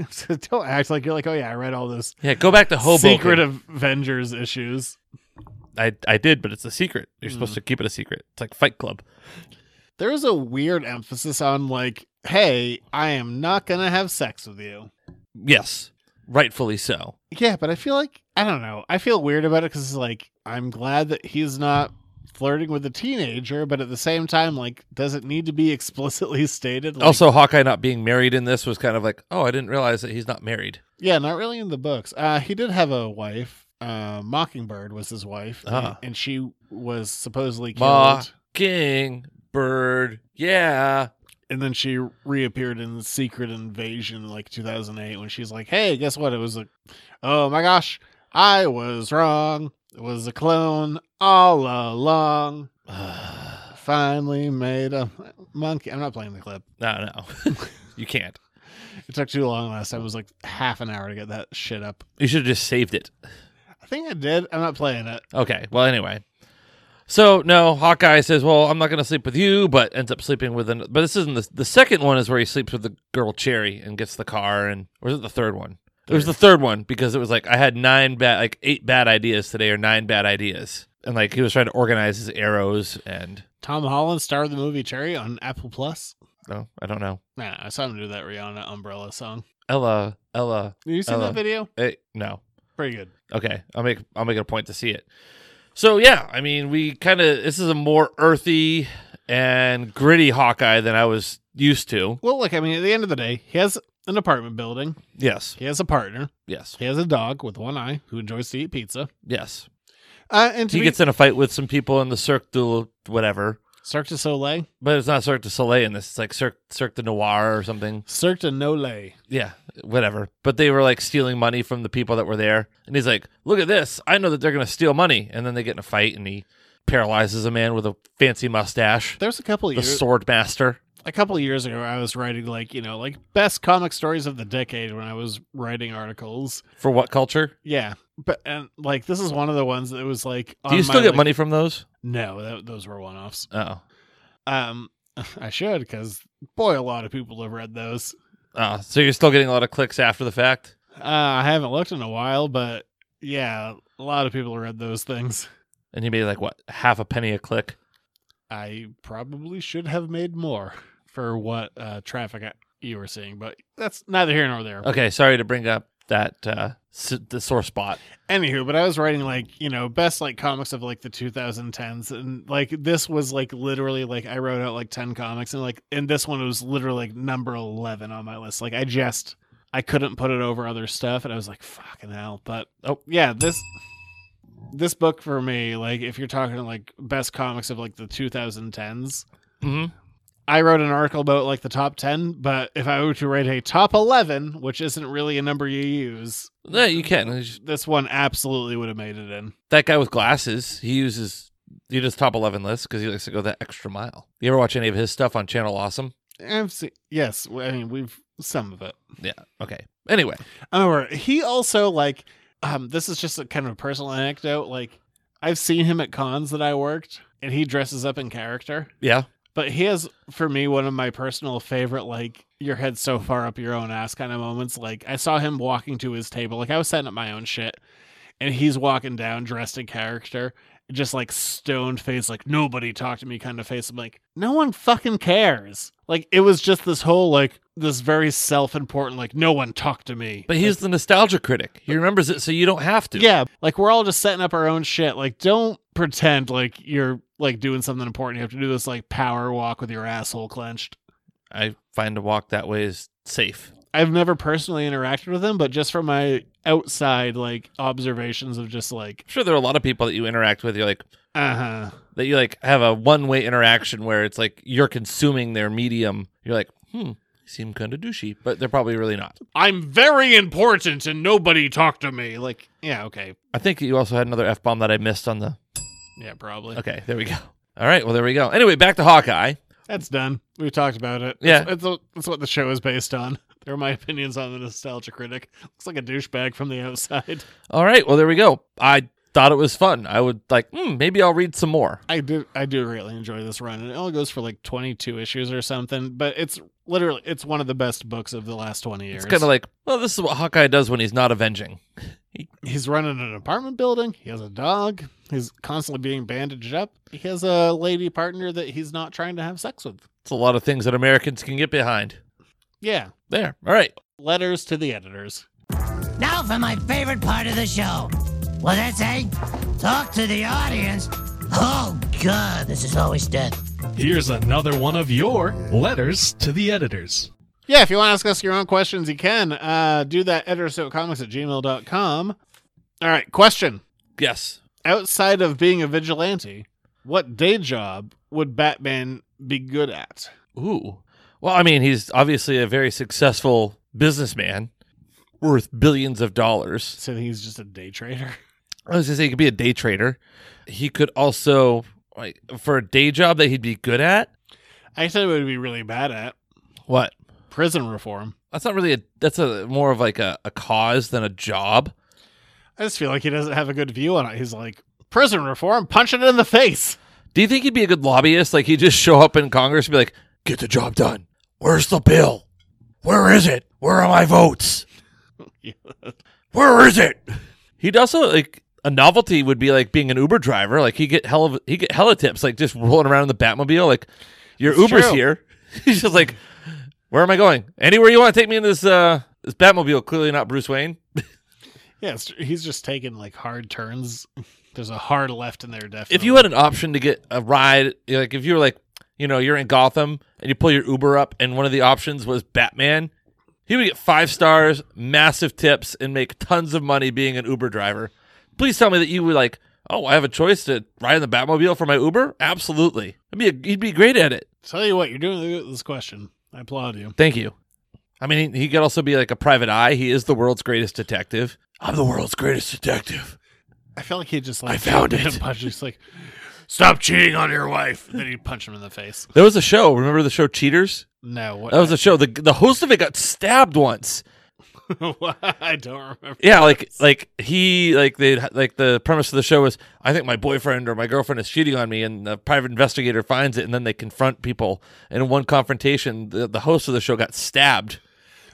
[SPEAKER 7] don't act like you're like, oh yeah, I read all those
[SPEAKER 6] Yeah, go back to Hoboken.
[SPEAKER 7] secret of Avengers issues.
[SPEAKER 6] Hmm. I I did, but it's a secret. You're supposed to keep it a secret. It's like Fight Club.
[SPEAKER 7] there is a weird emphasis on like, hey, I am not gonna have sex with you.
[SPEAKER 6] Yes, rightfully so.
[SPEAKER 7] Yeah, but I feel like I don't know. I feel weird about it because it's like I'm glad that he's not flirting with a teenager, but at the same time, like, does it need to be <laughs> explicitly stated? Like,
[SPEAKER 6] also, Hawkeye not being married in this was kind of like, oh, I didn't realize that he's not married.
[SPEAKER 7] yeah, not really in the books. Uh, he did have a wife. Uh, Mockingbird was his wife,
[SPEAKER 6] Ah.
[SPEAKER 7] and, and she was supposedly killed,
[SPEAKER 6] Mocking bird, yeah.
[SPEAKER 7] and then she reappeared in Secret Invasion, like 2008, when she's like, "Hey, guess what? It was a, oh my gosh, I was wrong. It was a clone all along." Finally made a monkey. I'm not playing the clip.
[SPEAKER 6] No, no, <laughs> you can't.
[SPEAKER 7] It took too long last time. It was like half an hour to get that shit up.
[SPEAKER 6] You should have just saved it.
[SPEAKER 7] I think I did. I'm not playing it.
[SPEAKER 6] Okay. Well, anyway. So no, Hawkeye says, "Well, I'm not going to sleep with you," but ends up sleeping with an. But this isn't the the second one is where he sleeps with the girl Cherry and gets the car, and or is it the third one? It was the third one because it was like I had nine bad, like eight bad ideas today, or nine bad ideas, and like he was trying to organize his arrows, and
[SPEAKER 7] Tom Holland starred in the movie Cherry on Apple Plus.
[SPEAKER 6] no, I don't know.
[SPEAKER 7] Nah, I saw him do that Rihanna Umbrella song.
[SPEAKER 6] Ella, Ella,
[SPEAKER 7] You seen
[SPEAKER 6] Ella.
[SPEAKER 7] that video?
[SPEAKER 6] eh, no,
[SPEAKER 7] Pretty good.
[SPEAKER 6] Okay, I'll make I'll make it a point to see it. So yeah, I mean, we kind of this is a more earthy and gritty Hawkeye than I was used to.
[SPEAKER 7] Well, look, I mean, at the end of the day, he has an apartment building.
[SPEAKER 6] Yes,
[SPEAKER 7] He has a partner.
[SPEAKER 6] yes,
[SPEAKER 7] He has a dog with one eye who enjoys to eat pizza.
[SPEAKER 6] yes.
[SPEAKER 7] Uh, and to
[SPEAKER 6] He
[SPEAKER 7] be-
[SPEAKER 6] gets in a fight with some people in the Cirque du whatever,
[SPEAKER 7] Cirque du Soleil,
[SPEAKER 6] but it's not Cirque du Soleil in this. It's like Cirque Cirque du Noir or something.
[SPEAKER 7] Cirque du Nole.
[SPEAKER 6] Yeah, whatever. But they were like stealing money from the people that were there, and he's like, "Look at this! I know that they're gonna steal money." And then they get in a fight, and he paralyzes a man with a fancy mustache,
[SPEAKER 7] There's a couple
[SPEAKER 6] the
[SPEAKER 7] years
[SPEAKER 6] Sword Master.
[SPEAKER 7] a couple years ago I was writing like, you know, like best comic stories of the decade when I was writing articles.
[SPEAKER 6] For what culture?
[SPEAKER 7] Yeah. But and like this is one of the ones that was like
[SPEAKER 6] Do you
[SPEAKER 7] on
[SPEAKER 6] still
[SPEAKER 7] my
[SPEAKER 6] get
[SPEAKER 7] li-
[SPEAKER 6] money from those?
[SPEAKER 7] No, that, those were one-offs.
[SPEAKER 6] Oh,
[SPEAKER 7] Um <laughs> I should because boy, a lot of people have read those.
[SPEAKER 6] oh, so you're still getting a lot of clicks after the fact.
[SPEAKER 7] Uh, I haven't looked in a while, but yeah, a lot of people read those things.
[SPEAKER 6] And you made like what half a penny a click?
[SPEAKER 7] I probably should have made more for what uh, traffic I, you were seeing, but that's neither here nor there.
[SPEAKER 6] Okay, sorry to bring up that uh, s- the sore spot.
[SPEAKER 7] Anywho, but I was writing like you know best like comics of like the 2010s, and like this was like literally like I wrote out like 10 comics, and like and this one was literally like number 11 on my list. Like I just I couldn't put it over other stuff, and I was like fucking hell. But oh yeah, this this book for me, like if you're talking like best comics of like the 2010s, Mm-hmm.
[SPEAKER 6] hmm
[SPEAKER 7] I wrote an article about like the top 10, but if I were to write a top 11, which isn't really a number you use,
[SPEAKER 6] No, you can. It's just-
[SPEAKER 7] this one absolutely would have made it in.
[SPEAKER 6] That guy with glasses, he uses he does top eleven lists because he likes to go that extra mile. You ever watch any of his stuff on Channel Awesome?
[SPEAKER 7] I've seen, yes, I mean, we've some of it.
[SPEAKER 6] Yeah. Okay. Anyway,
[SPEAKER 7] However, he also like, um, this is just a kind of a personal anecdote. Like, I've seen him at cons that I worked, and he dresses up in character.
[SPEAKER 6] yeah.
[SPEAKER 7] But he has, for me, one of my personal favorite, like, your head so far up your own ass kind of moments. Like, I saw him walking to his table. Like, I was setting up my own shit, and he's walking down dressed in character, just like stoned face, like, nobody talked to me kind of face. I'm like, no one fucking cares. Like, it was just this whole, like, this very self important, like, no one talked to me.
[SPEAKER 6] But he's the nostalgia critic. He remembers it, so you don't have to.
[SPEAKER 7] Yeah, like we're all just setting up our own shit. Like, don't pretend like you're like doing something important. You have to do this like power walk with your asshole clenched.
[SPEAKER 6] I find a walk that way is safe.
[SPEAKER 7] I've never personally interacted with him, but just from my outside like observations of just like,
[SPEAKER 6] I'm sure there are a lot of people that you interact with. You're like,
[SPEAKER 7] uh huh,
[SPEAKER 6] that you like have a one way interaction where it's like you're consuming their medium. You're like, hmm, they seem kind of douchey, but they're probably really not.
[SPEAKER 7] I'm very important and nobody talked to me. Like, yeah, okay,
[SPEAKER 6] I think you also had another f bomb that I missed on the.
[SPEAKER 7] yeah, probably.
[SPEAKER 6] Okay, there we go. <laughs> All right, well there we go. Anyway, back to Hawkeye.
[SPEAKER 7] That's done. We've talked about it.
[SPEAKER 6] Yeah.
[SPEAKER 7] that's, that's, that's what the show is based on. <laughs> They're my opinions on the nostalgia critic. Looks like a douchebag from the outside. <laughs>
[SPEAKER 6] All right, well there we go. I thought it was fun. I would like, hmm, maybe I'll read some more.
[SPEAKER 7] I do I do really enjoy this run, and it only goes for like twenty two issues or something. But it's literally it's one of the best books of the last twenty years.
[SPEAKER 6] It's kind of like, well, this is what Hawkeye does when he's not avenging.
[SPEAKER 7] he's running an apartment building. He has a dog. He's constantly being bandaged up. He has a lady partner that he's not trying to have sex with.
[SPEAKER 6] It's a lot of things that Americans can get behind.
[SPEAKER 7] Yeah,
[SPEAKER 6] There. All right.
[SPEAKER 7] letters to the editors.
[SPEAKER 11] Now for my favorite part of the show. Well, that's a talk to the audience. Oh, God, this is always dead.
[SPEAKER 9] Here's another one of your letters to the editors.
[SPEAKER 7] Yeah, if you want to ask us your own questions, you can uh, do that editorsnotecomics at gmail.com. All right, question.
[SPEAKER 6] Yes.
[SPEAKER 7] Outside of being a vigilante, what day job would Batman be good at?
[SPEAKER 6] Ooh. Well, I mean, he's obviously a very successful businessman worth billions of dollars.
[SPEAKER 7] So he's just a day trader. <laughs>
[SPEAKER 6] I was gonna say he could be a day trader. He could also like for a day job that he'd be good at.
[SPEAKER 7] I said it would be really bad at
[SPEAKER 6] What?
[SPEAKER 7] prison reform.
[SPEAKER 6] That's not really a. That's a more of like a, a cause than a job.
[SPEAKER 7] I just feel like he doesn't have a good view on it. He's like, prison reform, punch it in the face.
[SPEAKER 6] Do you think he'd be a good lobbyist? Like he'd just show up in Congress and be like, "Get the job done. Where's the bill? Where is it? Where are my
[SPEAKER 7] <laughs>
[SPEAKER 6] votes? Where is it?" He'd also like a novelty would be like being an Uber driver. Like he get hell of he get hella tips. Like just rolling around in the Batmobile. Like your
[SPEAKER 7] That's
[SPEAKER 6] Uber's
[SPEAKER 7] true.
[SPEAKER 6] here. <laughs> He's just like, "Where am I going? Anywhere you want to take me in this uh this Batmobile? Clearly not Bruce Wayne."
[SPEAKER 7] Yeah, it's, he's just taking like hard turns. There's a hard left in there, definitely.
[SPEAKER 6] if you had an option to get a ride, like if you were like, you know, you're in Gotham and you pull your Uber up, and one of the options was Batman, he would get five stars, massive tips, and make tons of money being an Uber driver. Please tell me that you would like, oh, I have a choice to ride in the Batmobile for my Uber. Absolutely, I'd be a, he'd be great at it.
[SPEAKER 7] Tell you what, you're doing good with this question. I applaud you.
[SPEAKER 6] Thank you. I mean, he, he could also be like a private eye. He is the world's greatest detective. I'm the world's greatest detective.
[SPEAKER 7] I feel like he just like
[SPEAKER 6] I found
[SPEAKER 7] hit him
[SPEAKER 6] it.
[SPEAKER 7] Punch. He's like, <laughs> stop cheating on your wife. And then he'd punch him in the face.
[SPEAKER 6] There was a show. Remember the show Cheaters?
[SPEAKER 7] No, what?
[SPEAKER 6] That was a show. The the host of it got stabbed once.
[SPEAKER 7] <laughs> I don't remember.
[SPEAKER 6] Yeah, like like he like they like the premise of the show is I think my boyfriend or my girlfriend is cheating on me, and the private investigator finds it, and then they confront people. And in one confrontation, the, the host of the show got stabbed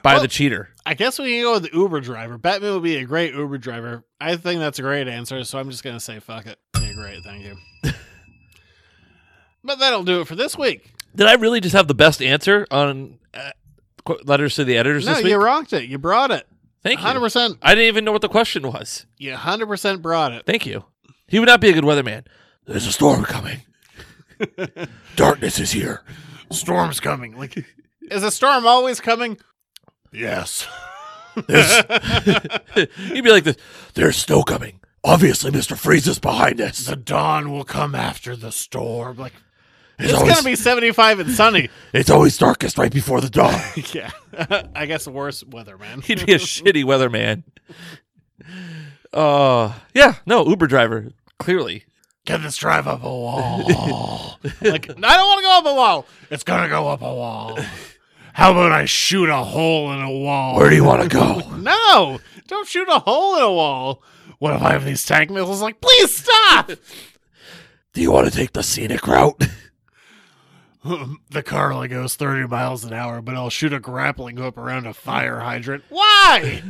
[SPEAKER 6] by
[SPEAKER 7] Well-
[SPEAKER 6] the cheater.
[SPEAKER 7] I guess we can go with the Uber driver. Batman would be a great Uber driver. I think that's a great answer, so I'm just gonna say fuck it. You're great, thank <laughs> you. but that'll do it for this week.
[SPEAKER 6] Did I really just have the best answer on uh, qu- letters to the editors
[SPEAKER 7] No,
[SPEAKER 6] this week?
[SPEAKER 7] you rocked it. You brought it.
[SPEAKER 6] Thank you.
[SPEAKER 7] 100%.
[SPEAKER 6] I didn't even know what the question was.
[SPEAKER 7] You 100% brought it.
[SPEAKER 6] Thank you. He would not be a good weatherman. <laughs>
[SPEAKER 4] There's a storm coming. Darkness is here.
[SPEAKER 7] Storm's coming. Like, is a storm always coming?
[SPEAKER 8] Yes.
[SPEAKER 6] He'd be like this.
[SPEAKER 4] There's snow coming. Obviously, Mr. Freeze is behind us.
[SPEAKER 8] The dawn will come after the storm. Like
[SPEAKER 7] It's gonna be 75 and
[SPEAKER 6] <laughs>
[SPEAKER 7] sunny. <laughs>
[SPEAKER 4] It's always darkest right before the
[SPEAKER 8] <laughs>
[SPEAKER 4] dawn.
[SPEAKER 7] yeah, <laughs> I guess worse weather, man.
[SPEAKER 6] He'd
[SPEAKER 7] <laughs>
[SPEAKER 6] be a shitty weatherman. Uh, yeah, no Uber driver clearly.
[SPEAKER 8] can this drive up a wall?
[SPEAKER 7] like, I don't want to go up a wall.
[SPEAKER 8] it's gonna go up a wall. How about I shoot a hole in a wall?
[SPEAKER 4] Where do you want to go?
[SPEAKER 7] <laughs> No, don't shoot a hole in a wall. What if I have these tank missiles? Like, please stop.
[SPEAKER 4] Do you want to take the scenic route? <laughs>
[SPEAKER 7] the car only goes 30 miles an hour, but I'll shoot a grappling hook around a fire hydrant.
[SPEAKER 4] <laughs>
[SPEAKER 7] Why?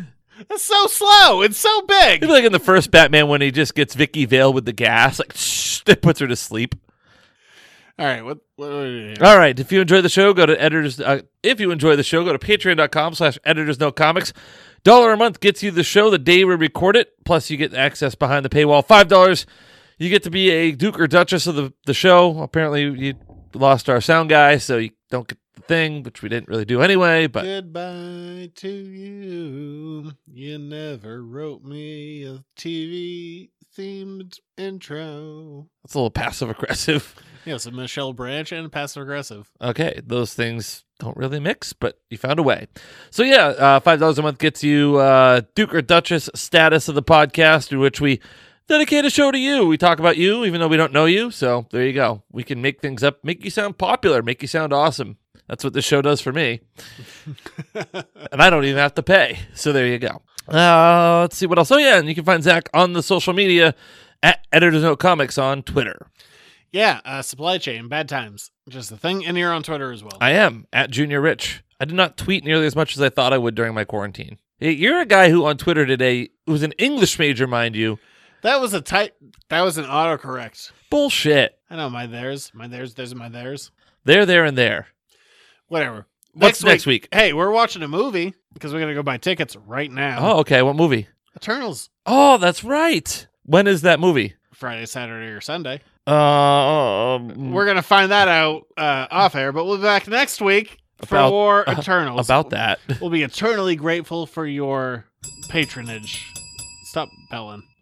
[SPEAKER 7] That's so slow. It's so
[SPEAKER 6] It'd
[SPEAKER 7] big.
[SPEAKER 6] be like in the first Batman when he just gets Vicky Vale with the gas, like shh, that puts her to sleep.
[SPEAKER 7] All right, what? what are we doing here?
[SPEAKER 6] All right, if you enjoy the show, go to editors. Uh, if you enjoy the show, go to Patreon.com/slash Editors No Comics. Dollar a month gets you the show the day we record it. Plus, you get access behind the paywall. Five dollars, you get to be a Duke or Duchess of the the show. Apparently, you lost our sound guy, so you don't get the thing, which we didn't really do anyway. But
[SPEAKER 7] Goodbye to you. You never wrote me a TV themed intro.
[SPEAKER 6] That's a little passive aggressive.
[SPEAKER 7] Yeah, so Michelle Branch and passive aggressive.
[SPEAKER 6] Okay, those things don't really mix, but you found a way. So yeah, uh, five dollars a month gets you uh, Duke or Duchess status of the podcast, in which we dedicate a show to you. We talk about you, even though we don't know you. So there you go. We can make things up, make you sound popular, make you sound awesome. That's what this show does for me, and I don't even have to pay. So there you go. Uh, let's see what else. Oh yeah, and you can find Zach on the social media at Editors Note Comics on Twitter.
[SPEAKER 7] Yeah, uh, supply chain, bad times, just the thing. And you're on Twitter as well.
[SPEAKER 6] I am at Junior Rich. I did not tweet nearly as much as I thought I would during my quarantine. Hey, You're a guy who on Twitter today was an English major, mind you.
[SPEAKER 7] That was a tight. That was an autocorrect.
[SPEAKER 6] Bullshit.
[SPEAKER 7] I know my theirs, my theirs, there's my theirs.
[SPEAKER 6] There, there, and there.
[SPEAKER 7] Whatever.
[SPEAKER 6] What's next week?
[SPEAKER 7] Hey, we're watching a movie because we're gonna go buy tickets right now.
[SPEAKER 6] Oh, okay. What movie?
[SPEAKER 7] Eternals,
[SPEAKER 6] Oh, that's right. When is that movie?
[SPEAKER 7] Friday, Saturday, or Sunday.
[SPEAKER 6] Uh, um,
[SPEAKER 7] We're gonna find that out uh, off air, but we'll be back next week
[SPEAKER 6] About- uh,
[SPEAKER 7] for Eternals.
[SPEAKER 6] about that.
[SPEAKER 7] we'll be eternally grateful for your patronage. Stop belling.